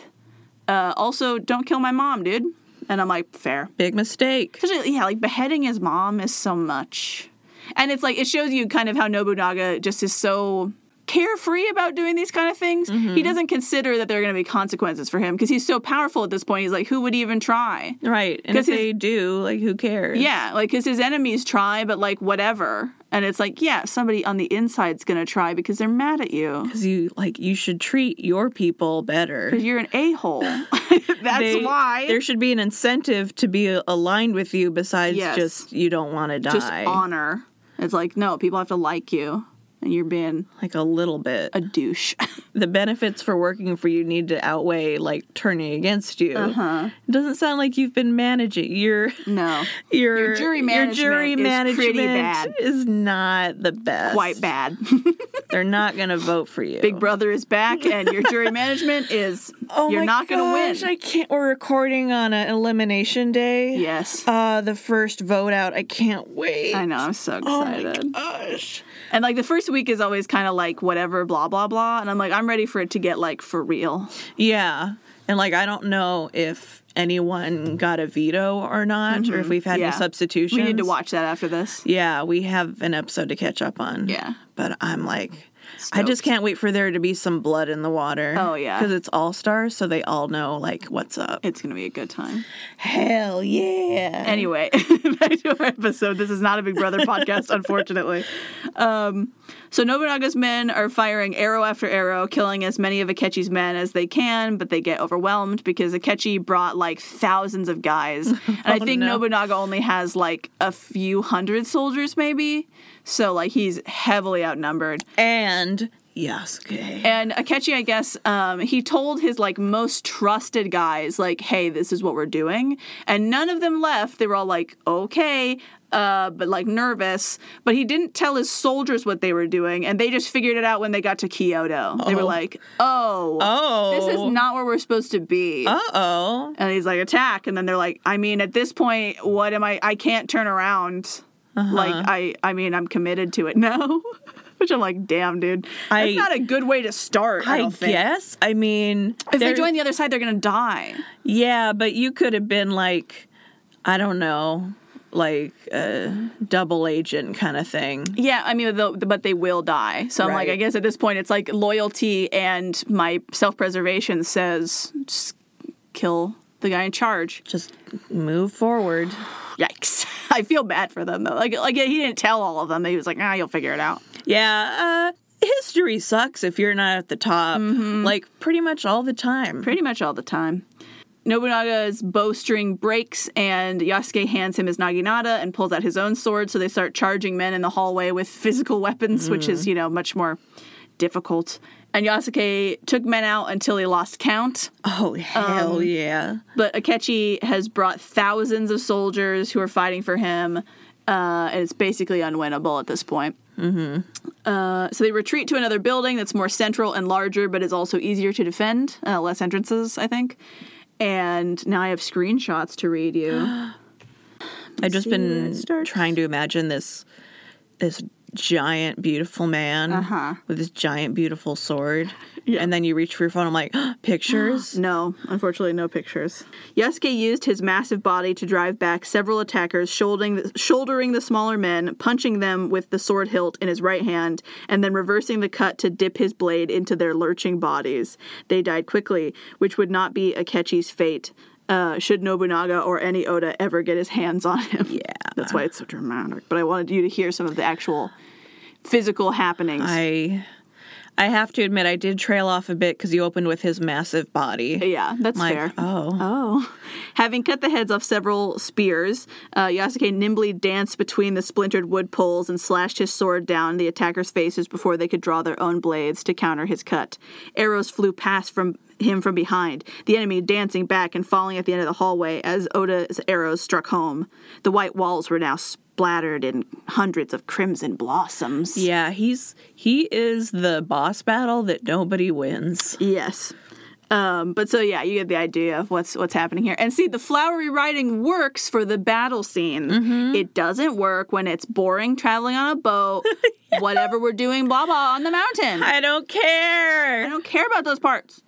uh, also, don't kill my mom, dude. And I'm like, fair. Big mistake. Especially, yeah, like beheading his mom is so much, and it's like it shows you kind of how Nobunaga just is so carefree about doing these kind of things. He doesn't consider that there are going to be consequences for him because he's so powerful at this point. He's like, who would even try? Right. And if 'Cause his- they do, like, who cares? Yeah, like because his enemies try, but like whatever. And it's like, yeah, somebody on the inside's gonna try because they're mad at you. Because you, like, you should treat your people better. You're an a hole. That's They- why. There should be an incentive to be aligned with you besides Yes. just you don't want to die. just honor. It's like no, people have to like you, and you're being like, a little bit. a douche. the benefits for working for you need to outweigh like turning against you. Uh-huh. It doesn't sound like you've been managing your no, your, Your jury management jury is pretty management bad. is not the best. quite bad. They're not going to vote for you. Big Brother is back, and your jury management is Oh you're my not gonna gosh, win. I can't. We're recording on an elimination day. yes, Uh, the first vote out. I can't wait. I know. I'm so Oh my excited. gosh. and like the first week is always kind of like whatever, blah blah blah. And I'm like, I'm ready for it to get like for real. Yeah. And like I don't know if anyone got a veto or not, or if we've had Yeah. any substitutions. We need to watch that after this. Yeah, we have an episode to catch up on. Yeah. But I'm like, I just can't wait for there to be some blood in the water. Oh, yeah. because it's all stars, so they all know like what's up. It's gonna be a good time. Hell yeah! Anyway, back to our episode. This is not a Big Brother podcast, unfortunately. Um, so Nobunaga's men are firing arrow after arrow, killing as many of Akechi's men as they can, but they get overwhelmed because Akechi brought like thousands of guys, and I think Oh, no. Nobunaga only has like a few hundred soldiers, maybe. So like he's heavily outnumbered. and Yasuke. And Akechi, I guess, um, he told his like most trusted guys, like, "Hey, this is what we're doing," and none of them left. They were all like, "Okay," uh, but like nervous. But he didn't tell his soldiers what they were doing, and they just figured it out when they got to Kyoto. They were Oh. like, "Oh, Oh. this is not where we're supposed to be." Uh oh. And he's like, "Attack!" And then they're like, "I mean, at this point, what am I? I can't turn around. Uh-huh. Like, I, I mean, I'm committed to it now." Which I'm like, damn, dude. That's I- not a good way to start. I, I, don't think. guess. I mean, If there- they join the other side, they're gonna die. yeah, but you could have been like, I don't know, like a double agent kind of thing. Yeah, I mean, the, but they will die. So I'm like, Right. I guess at this point, it's like loyalty and my self preservation says just kill the guy in charge. Just move forward. Yikes! I feel bad for them though. Like, like he didn't tell all of them. He was like, ah, you'll figure it out. Yeah. Uh, history sucks if you're not at the top. Mm-hmm. Like pretty much all the time. pretty much all the time. Nobunaga's bowstring breaks, and Yasuke hands him his naginata and pulls out his own sword. So they start charging men in the hallway with physical weapons, which is you know much more difficult. And Yasuke took men out until he lost count. oh hell Um, yeah. But Akechi has brought thousands of soldiers who are fighting for him, uh, and it's basically unwinnable at this point. Mm-hmm. Uh, so they retreat to another building that's more central and larger, but is also easier to defend, uh, less entrances, I think. And now I have screenshots to read you. I've just see where been it starts. trying to imagine this this giant beautiful man Uh-huh. with this giant beautiful sword. Yeah. And then you reach for your phone, I'm like, pictures? no, unfortunately, no pictures. Yasuke used his massive body to drive back several attackers, shouldering the, shouldering the smaller men, punching them with the sword hilt in his right hand, and then reversing the cut to dip his blade into their lurching bodies. They died quickly, which would not be Akechi's fate. Uh, should Nobunaga or any Oda ever get his hands on him? Yeah, that's why it's so dramatic. But I wanted you to hear some of the actual physical happenings. I I have to admit I did trail off a bit because you opened with his massive body. yeah, that's Like, fair. oh. Oh. Having cut the heads off several spears, uh, Yasuke nimbly danced between the splintered wood poles and slashed his sword down the attackers' faces before they could draw their own blades to counter his cut. Arrows flew past from him from behind, the enemy dancing back and falling at the end of the hallway as Oda's arrows struck home. The white walls were now splattered in hundreds of crimson blossoms. Yeah, he's he is the boss battle that nobody wins. Yes. Um, but so yeah, you get the idea of what's what's happening here. And see, the flowery writing works for the battle scene. It doesn't work when it's boring traveling on a boat, whatever we're doing, blah blah on the mountain. I don't care. I don't care about those parts.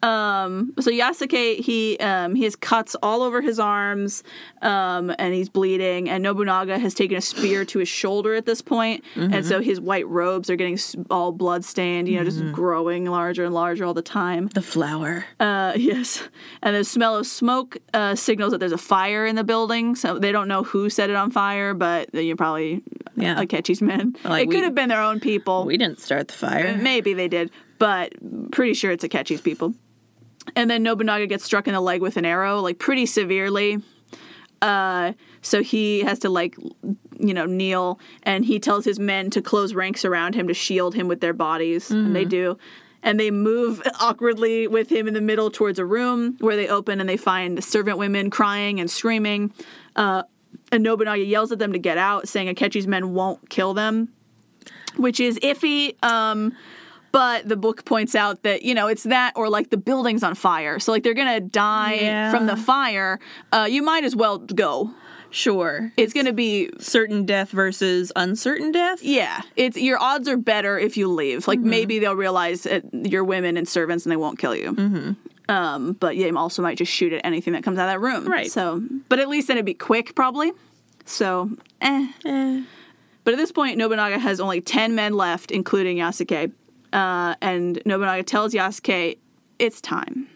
Um, so Yasuke, he um, he has cuts all over his arms, um, and he's bleeding. And Nobunaga has taken a spear to his shoulder at this point, and so his white robes are getting s- all blood stained. You know, just growing larger and larger all the time. the flower. Uh, yes, and the smell of smoke uh, signals that there's a fire in the building. So they don't know who set it on fire, but you probably Yeah. Akechi's men. Like it we- could have been their own people. we didn't start the fire. Maybe they did, but pretty sure it's Akechi's people. And then Nobunaga gets struck in the leg with an arrow, like pretty severely. Uh, so he has to like, you know, kneel, and he tells his men to close ranks around him to shield him with their bodies, and they do. And they move awkwardly with him in the middle towards a room where they open and they find servant women crying and screaming. Uh, and Nobunaga yells at them to get out, saying Akechi's men won't kill them, which is iffy. Um, but the book points out that you know it's that or like the building's on fire, so like they're gonna die Yeah. from the fire. Uh, you might as well go. Sure. It's gonna be certain death versus uncertain death. yeah. It's your odds are better if you leave. Like maybe they'll realize that you're women and servants and they won't kill you. Mm-hmm. Um, but they also might just shoot at anything that comes out of that room. Right. So, but at least then it'd be quick probably. So, eh. Eh. But at this point, Nobunaga has only 10 men left, including Yasuke. Uh, and Nobunaga tells Yasuke, it's time.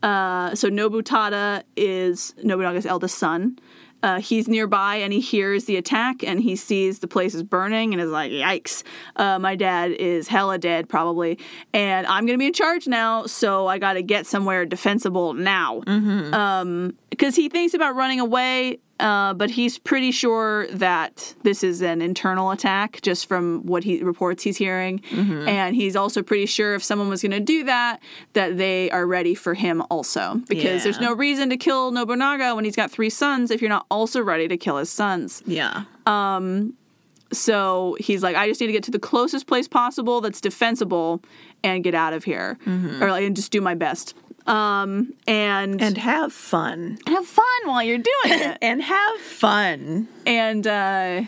Uh, so Nobutada is Nobunaga's eldest son. Uh, he's nearby and he hears the attack and he sees the place is burning and is like, yikes, uh, my dad is hella dead probably. And I'm going to be in charge now, so I got to get somewhere defensible now. Because he thinks about running away, uh, but he's pretty sure that this is an internal attack just from what he reports he's hearing. And he's also pretty sure if someone was going to do that, that they are ready for him also. Because there's Yeah. no reason to kill Nobunaga when he's got three sons if you're not also ready to kill his sons. Yeah. So he's like, I just need to get to the closest place possible that's defensible and get out of here, or like, and just do my best. Um, Mm-hmm. and, And have fun. have fun while you're doing it. And have fun. and uh,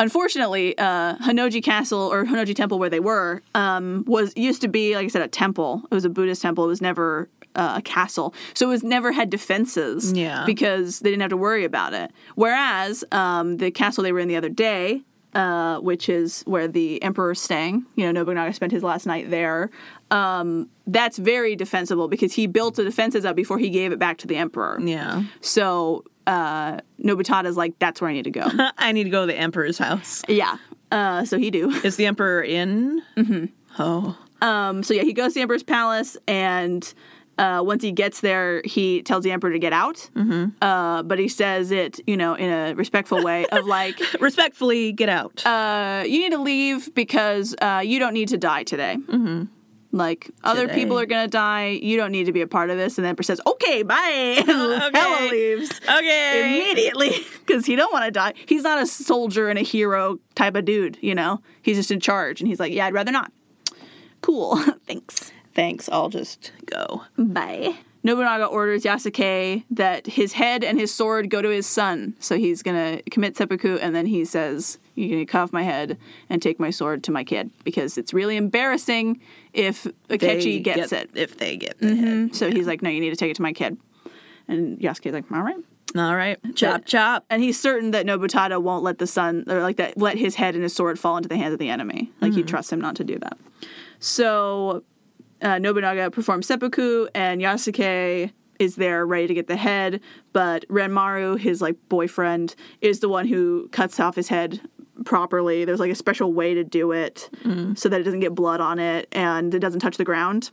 unfortunately, uh, Hanoji Castle or Hanoji Temple, where they were, um, was used to be, like I said, a temple. It was a Buddhist temple. It was never uh, a castle, so it was never had defenses. Yeah. because they didn't have to worry about it. Whereas um, the castle they were in the other day. Uh, which is where the emperor's staying. You know, Nobunaga spent his last night there. Um, that's very defensible because he built the defenses up before he gave it back to the emperor. Yeah. So uh, Nobutada's like, that's where I need to go. Uh, I need to go to the emperor's house. yeah. Uh, so he do. Is the emperor in? Mm-hmm. Oh. Um, so yeah, he goes to the Emperor's palace, and uh, once he gets there, he tells the Emperor to get out. Mm-hmm. Uh, but he says it, you know, in a respectful way of like, Respectfully, get out. uh, you need to leave because uh, you don't need to die today. Mm-hmm. Like other Today. people are gonna die, you don't need to be a part of this. And the Emperor says, "Okay, bye." And Hella Okay. leaves. okay. immediately because he don't want to die. He's not a soldier and a hero type of dude, you know. He's just in charge, and he's like, "Yeah, I'd rather not." Cool, thanks. Thanks. I'll just go. Bye. Nobunaga orders Yasuke that his head and his sword go to his son, so he's gonna commit seppuku, and then he says, "You're gonna cut off my head and take my sword to my kid because it's really embarrassing if They Akechi gets get- Mm-hmm. it." If they get the Mm, So he's like, "No, you need to take it to my kid," and Yasuke's like, "All right." head. All right. Chop, chop. and he's certain that Nobutada won't let the son or like that let his head and his sword fall into the hands of the enemy. Like he trusts him not to do that. So uh, Nobunaga performs seppuku, and Yasuke is there ready to get the head, but Renmaru, his like boyfriend, is the one who cuts off his head properly. There's like a special way to do it so that it doesn't get blood on it and it doesn't touch the ground.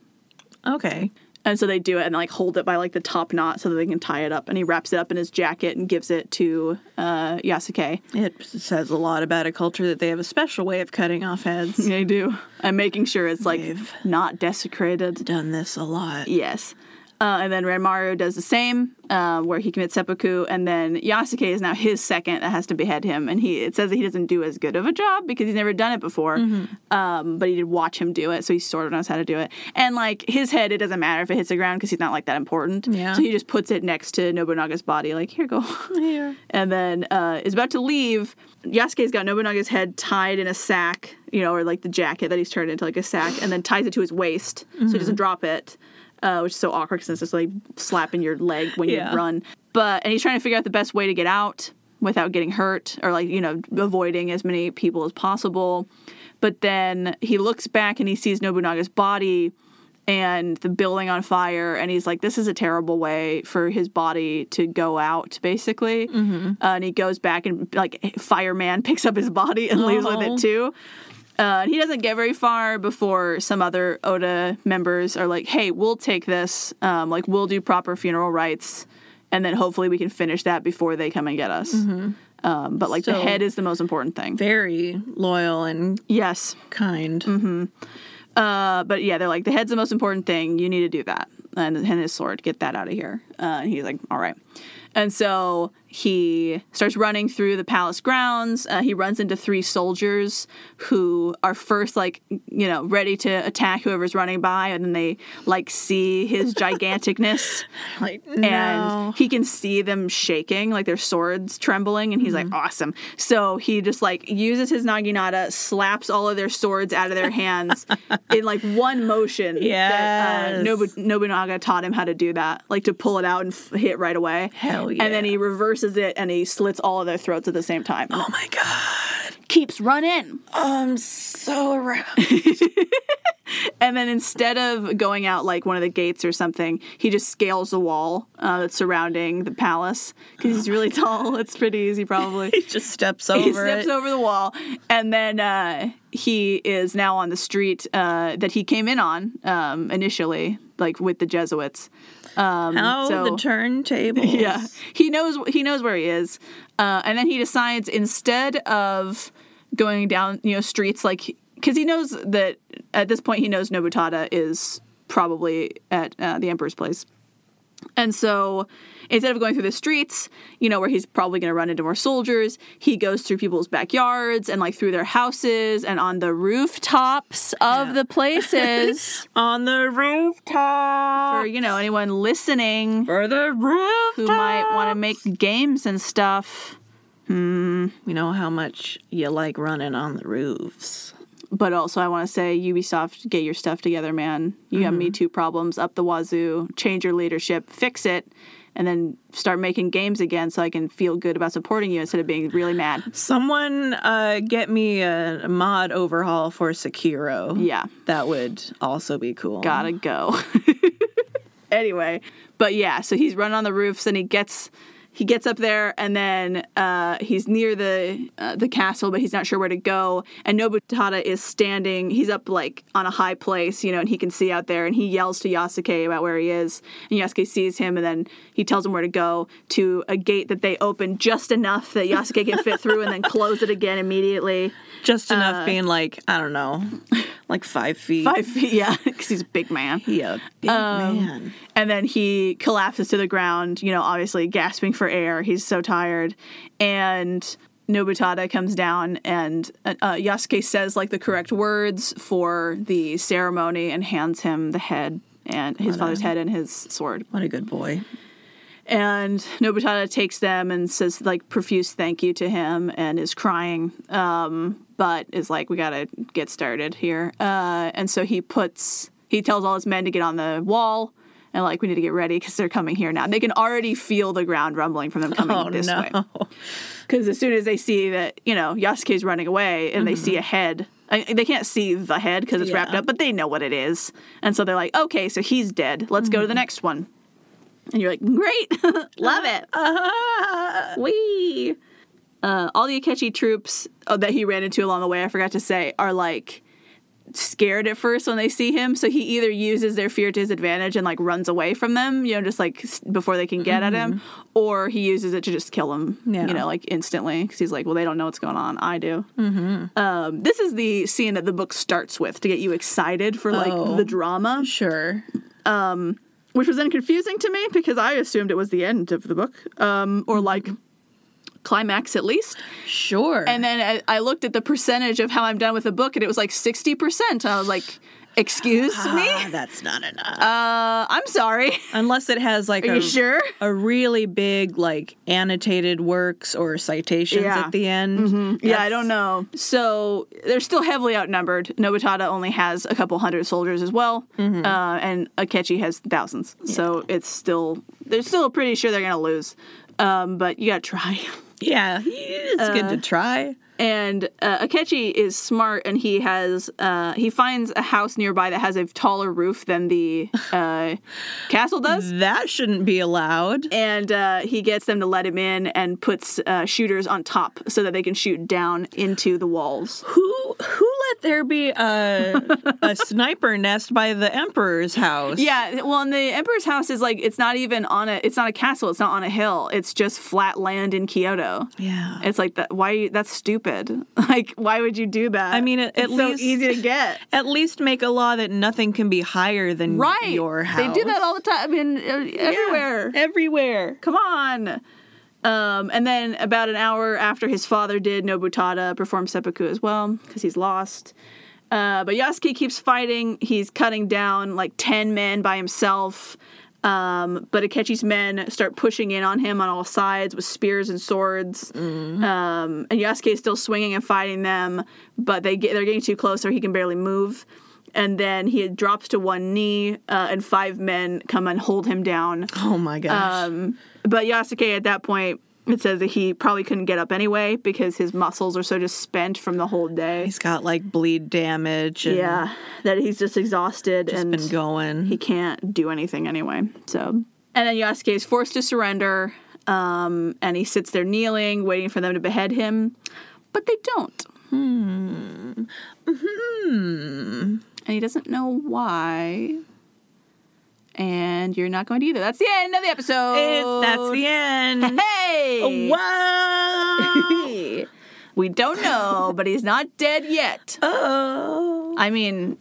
Okay. And so they do it and like hold it by like the top knot so that they can tie it up. And he wraps it up in his jacket and gives it to uh, Yasuke. It says a lot about a culture that they have a special way of cutting off heads. They do. And making sure it's like They've- not desecrated. Done this a lot. Yes. Uh, and then Ranmaru does the same, uh, where he commits seppuku, and then Yasuke is now his second that has to behead him, and he it says that he doesn't do as good of a job because he's never done it before, um, but he did watch him do it, so he sort of knows how to do it. And like his head, it doesn't matter if it hits the ground because he's not like that important. Yeah. So he just puts it next to Nobunaga's body, like here go, Here. and then uh, is about to leave. Yasuke's got Nobunaga's head tied in a sack, you know, or like the jacket that he's turned into like a sack, and then ties it to his waist so he doesn't drop it, uh, which is so awkward because it's just like slapping your leg when Yeah. you run. But and he's trying to figure out the best way to get out without getting hurt or like you know avoiding as many people as possible. But then he looks back and he sees Nobunaga's body and the building on fire and he's like this is a terrible way for his body to go out basically Mm-hmm. uh, and he goes back and like fireman picks up his body and leaves with Oh. it too uh, and he doesn't get very far before some other oda members are like hey we'll take this um, like we'll do proper funeral rites and then hopefully we can finish that before they come and get us um, but like the Mm-hmm. So- head is the most important thing Very loyal and yes kind. Uh, but yeah, they're like, the head's the most important thing. You need to do that. And, and his sword, get that out of here. Uh, and he's like, all right. And so he starts running through the palace grounds. Uh, he runs into three soldiers who are first, like, you know, ready to attack whoever's running by. And then they, like, see his giganticness. Like, And no. he can see them shaking, like their swords trembling, and he's like, Mm-hmm. awesome. So he just like uses his Naginata, slaps all of their swords out of their hands in like one motion. That, uh, Yes. Nobu- Nobunaga taught him how to do that, like to pull it out and f- hit right away. Hell And then yeah. he reverses is it, and he slits all of their throats at the same time. Oh my god. Keeps running. I'm so aroused. And then instead of going out like one of the gates or something, he just scales the wall uh, that's surrounding the palace because he's really tall. It's pretty easy, probably. he just steps over he steps it. over the wall, and then uh, he is now on the street uh, that he came in on um, initially, like with the Jesuits. Um, How so- the turntables. yeah, he knows he knows where he is, uh, and then he decides instead of going down you know streets like because he knows that at this point he knows Nobutada is probably at uh, the Emperor's place. And so instead of going through the streets, you know, where he's probably going to run into more soldiers, he goes through people's backyards and like through their houses and on the rooftops of the places On the rooftop. for, you know, anyone listening For the rooftop. who might want to make games and stuff, We know how much you like running on the roofs. but also I want to say Ubisoft, get your stuff together, man. You got Me Too problems up the wazoo. Change your leadership, fix it, and then start making games again so I can feel good about supporting you instead of being really mad. Someone uh, get me a, a mod overhaul for Sekiro. Yeah. That would also be cool. Gotta go. anyway, but yeah, so he's running on the roofs and he gets. He gets up there and then uh, he's near the uh, the castle, but he's not sure where to go. And Nobutada is standing. He's up like on a high place, you know, and he can see out there. And he yells to Yasuke about where he is. And Yasuke sees him, and then he tells him where to go to a gate that they open just enough that Yasuke can fit through, and then close it again immediately. Just enough being like, I don't know, like five feet. Uh, Five Um, feet, yeah, because he's a big man. Yeah, big man. And then he collapses to the ground, you know, obviously gasping for air. He's so tired. And Nobutada comes down, and uh, uh, Yasuke says, like, the correct words for the ceremony and hands him the head and his father's head and his sword. What a good boy. And Nobutada takes them and says, like, profuse thank you to him and is crying, um, but is like, we gotta get started here. Uh, and so he puts, he tells all his men to get on the wall and, like, we need to get ready because they're coming here now. They can already feel the ground rumbling from them coming Oh this no. way. Because as soon as they see that, you know, Yasuke's running away and they see a head, I, they can't see the head because it's wrapped Yeah. up, but they know what it is. And so they're like, okay, so he's dead. Let's go to the next one. And you're like, great, love it. Wee. Uh, all the Akechi troops oh, that he ran into along the way, I forgot to say, are like scared at first when they see him. So he either uses their fear to his advantage and like runs away from them, you know, just like s- before they can get at him, or he uses it to just kill them, Mm-hmm. Yeah. you know, like instantly. Because he's like, well, they don't know what's going on. I do. Mm-hmm. Um, this is the scene that the book starts with to get you excited for like Oh. the drama Sure. which was then confusing to me because I assumed it was the end of the book, um, or Mm-hmm. like climax at least. Sure. And then I, I looked at the percentage of how I'm done with the book, and it was like sixty percent. And I was like, "Excuse me, Ah, that's not enough. uh, I'm sorry. Unless it has like Are a, you sure?" a really big like annotated works or citations Yeah. Mm-hmm. at the end. Yeah, I don't know. So they're still heavily outnumbered. Nobutada only has a couple hundred soldiers as well, uh, and Akechi has thousands. So it's still they're still pretty sure they're gonna lose, um, but you gotta try. Yeah, it's good Uh, to try. and uh, Akechi is smart, and he has uh, he finds a house nearby that has a taller roof than the uh, castle does, That shouldn't be allowed. and uh, he gets them to let him in and puts uh, shooters on top so that they can shoot down into the walls. Who who let there be a a sniper nest by the emperor's house? Yeah, well, and the emperor's house is like it's not even on a it's not a castle, it's not on a hill, it's just flat land in Kyoto. Yeah. It's like that. Why? That's stupid. Like, why would you do that? I mean, at- at it's so least- easy to get. At least make a law that nothing can be higher than Right. your house. They do that all the time. I mean, e- everywhere. Everywhere. Come on. Um, and then about an hour after his father did, Nobutada performed seppuku as well because he's lost. Uh, but Yasuke keeps fighting. He's cutting down like 10 men by himself. Um, but Akechi's men start pushing in on him on all sides with spears and swords. Um, and Yasuke is still swinging and fighting them, but they get, they're getting too close or he can barely move. And then he drops to one knee, uh, and five men come and hold him down. Oh my gosh. Um, but Yasuke at that point It says that he probably couldn't get up anyway because his muscles are so just spent from the whole day. He's got like bleed damage and Yeah, that he's just exhausted just and been going. he can't do anything anyway. So, and then Yasuke is forced to surrender, um, and he sits there kneeling, waiting for them to behead him, but they don't. Hmm. Hmm. And he doesn't know why. And you're not going to either. That's the end of the episode. it's that's the end. Hey. Wow. we don't know, but he's not dead yet. oh. I mean,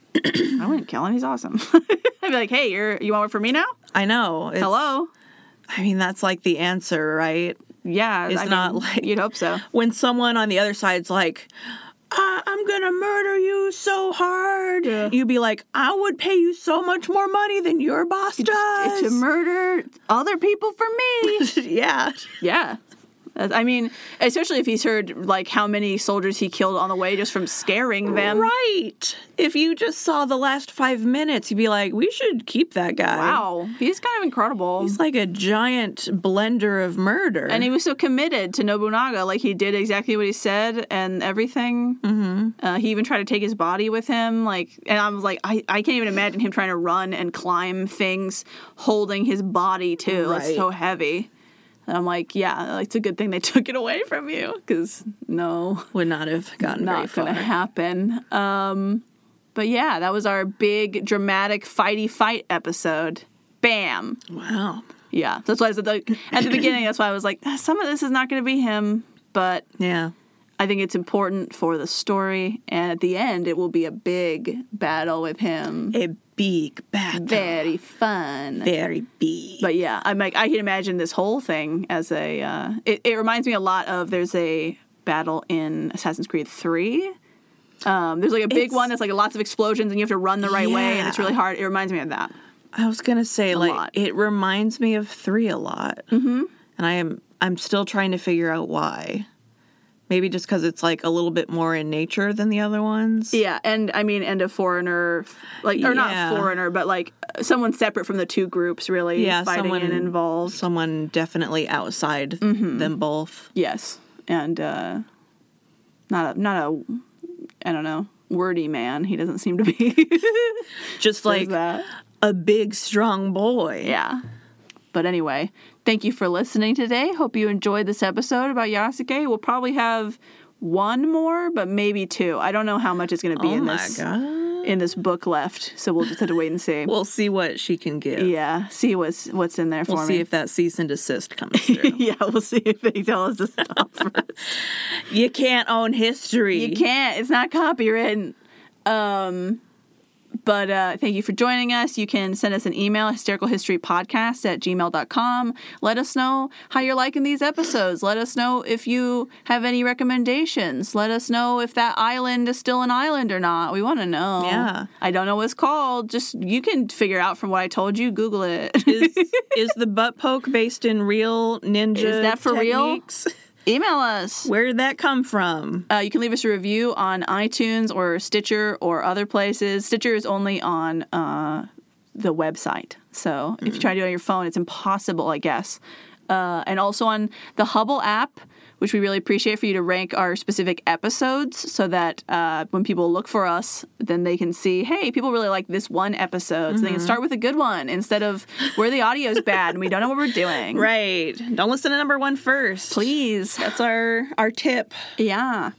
I wouldn't kill him. He's awesome. I'd be like, hey, you're you want one for me now? I know. It's- Hello. I mean, that's like the answer, right? Yeah, It's not like- you'd hope so. When someone on the other side's like, I- I'm gonna murder you so hard, Yeah. you'd be like, I would pay you so much more money than your boss does. To murder other people for me. yeah. yeah. That's- I mean, especially if he's heard like how many soldiers he killed on the way just from scaring them. Right. If you just saw the last five minutes, you'd be like, we should keep that guy. Wow, he's kind of incredible. He's like a giant blender of murder. and he was so committed to Nobunaga, like he did exactly what he said and everything. Mm-hmm. Uh, he even tried to take his body with him, like, and I was like, I, I can't even imagine him trying to run and climb things holding his body too. That's Right. so heavy. And I'm like, yeah, it's a good thing they took it away from you, because no, would not have gotten very not far. gonna happen. Um, but yeah, that was our big dramatic fighty fight episode. Bam. Wow. Yeah, that's why I said like, at the beginning. That's why I was like, "Ah, some of this is not going to be him, but Yeah. I think it's important for the story. And at the end, it will be a big battle with him. A big battle. Very fun. Very big. But yeah, I'm like, I can imagine this whole thing as a. Uh, it, it reminds me a lot of there's a battle in Assassin's Creed Three. Um, there's like a big It's- one that's like lots of explosions and you have to run the right way and it's Yeah. really hard. It reminds me of that. I was gonna say, like, lot. it reminds me of three a lot, mm-hmm. and I am I'm still trying to figure out why. Maybe just because it's like a little bit more in nature than the other ones. Yeah, and I mean, and a foreigner, like or Yeah. not foreigner, but like someone separate from the two groups, really Yeah, fighting someone and involved. someone definitely outside Mm-hmm. them both. Yes, and uh, not a not a, I don't know, wordy man. He doesn't seem to be Just like like that. a big, strong boy. Yeah. But anyway, thank you for listening today. Hope you enjoyed this episode about Yasuke. We'll probably have one more, but maybe two. I don't know how much is going to be Oh in my this god. in this book left, so we'll just have to wait and see. We'll see what she can give. Yeah, see what's what's in there for We'll me. see if that cease and desist comes through. yeah, we'll see if they tell us to stop. first. you can't own history. you can't. It's not copywritten. Um, but uh, thank you for joining us. You can send us an email, hystericalhistorypodcast at gmail.com. Let us know how you're liking these episodes. Let us know if you have any recommendations. Let us know if that island is still an island or not. We want to know. Yeah. I don't know what it's called. Just you can figure out from what I told you. Google it. is is the butt poke based in real ninja Is that for real? techniques? email us. Where did that come from? Uh, you can leave us a review on iTunes or Stitcher or other places. Stitcher is only on uh, the website. So if you try to do it on your phone, it's impossible, I guess. Uh, and also on the Hubble app, which we really appreciate for you to rank our specific episodes so that uh, when people look for us, then they can see, hey, people really like this one episode. So they can start with a good one instead of where the audio's bad and we don't know what we're doing. Right. Don't listen to number one first. Please. That's our our tip. Yeah.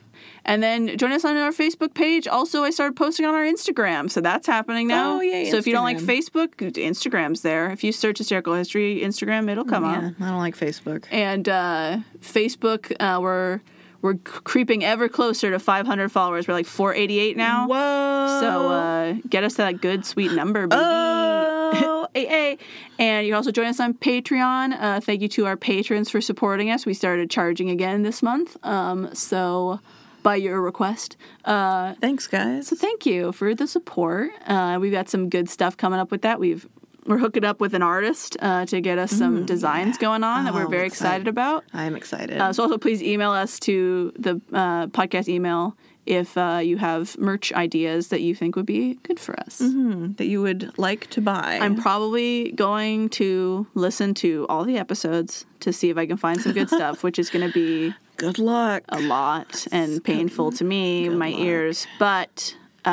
And then join us on our Facebook page. Also, I started posting on our Instagram, so that's happening now. Oh, yay, So if you don't like Instagram. Facebook, Instagram's there. If you search hysterical history Instagram, it'll come Yeah, up. I don't like Facebook. And uh, Facebook, uh, we're we're c- creeping ever closer to 500 followers. We're like 488 now. Whoa. So uh, get us that good sweet number, baby. Oh. AA. And you can also join us on Patreon. Uh, thank you to our patrons for supporting us. We started charging again this month. Um, so, by your request. Uh, Thanks, guys. so, thank you for the support. Uh, we've got some good stuff coming up with that. We've we're hooking up with an artist uh, to get us some designs going on that Oh, we're I'm very excited excited. about. I'm excited. Uh, so also please email us to the uh, podcast email if uh, you have merch ideas that you think would be good for us. that you would like to buy. I'm probably going to listen to all the episodes to see if I can find some good stuff, which is going to be Good luck. a lot and painful to me, my luck. ears, but uh,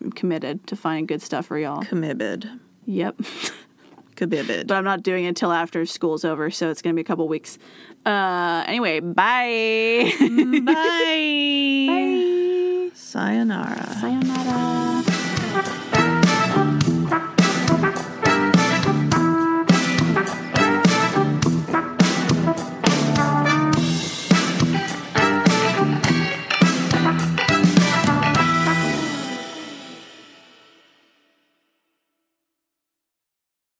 I'm committed to finding good stuff for y'all. Comibid. Yep. Kabibid. But I'm not doing it until after school's over, so it's going to be a couple weeks. Uh, anyway, bye. Bye. Sayonara. Sayonara.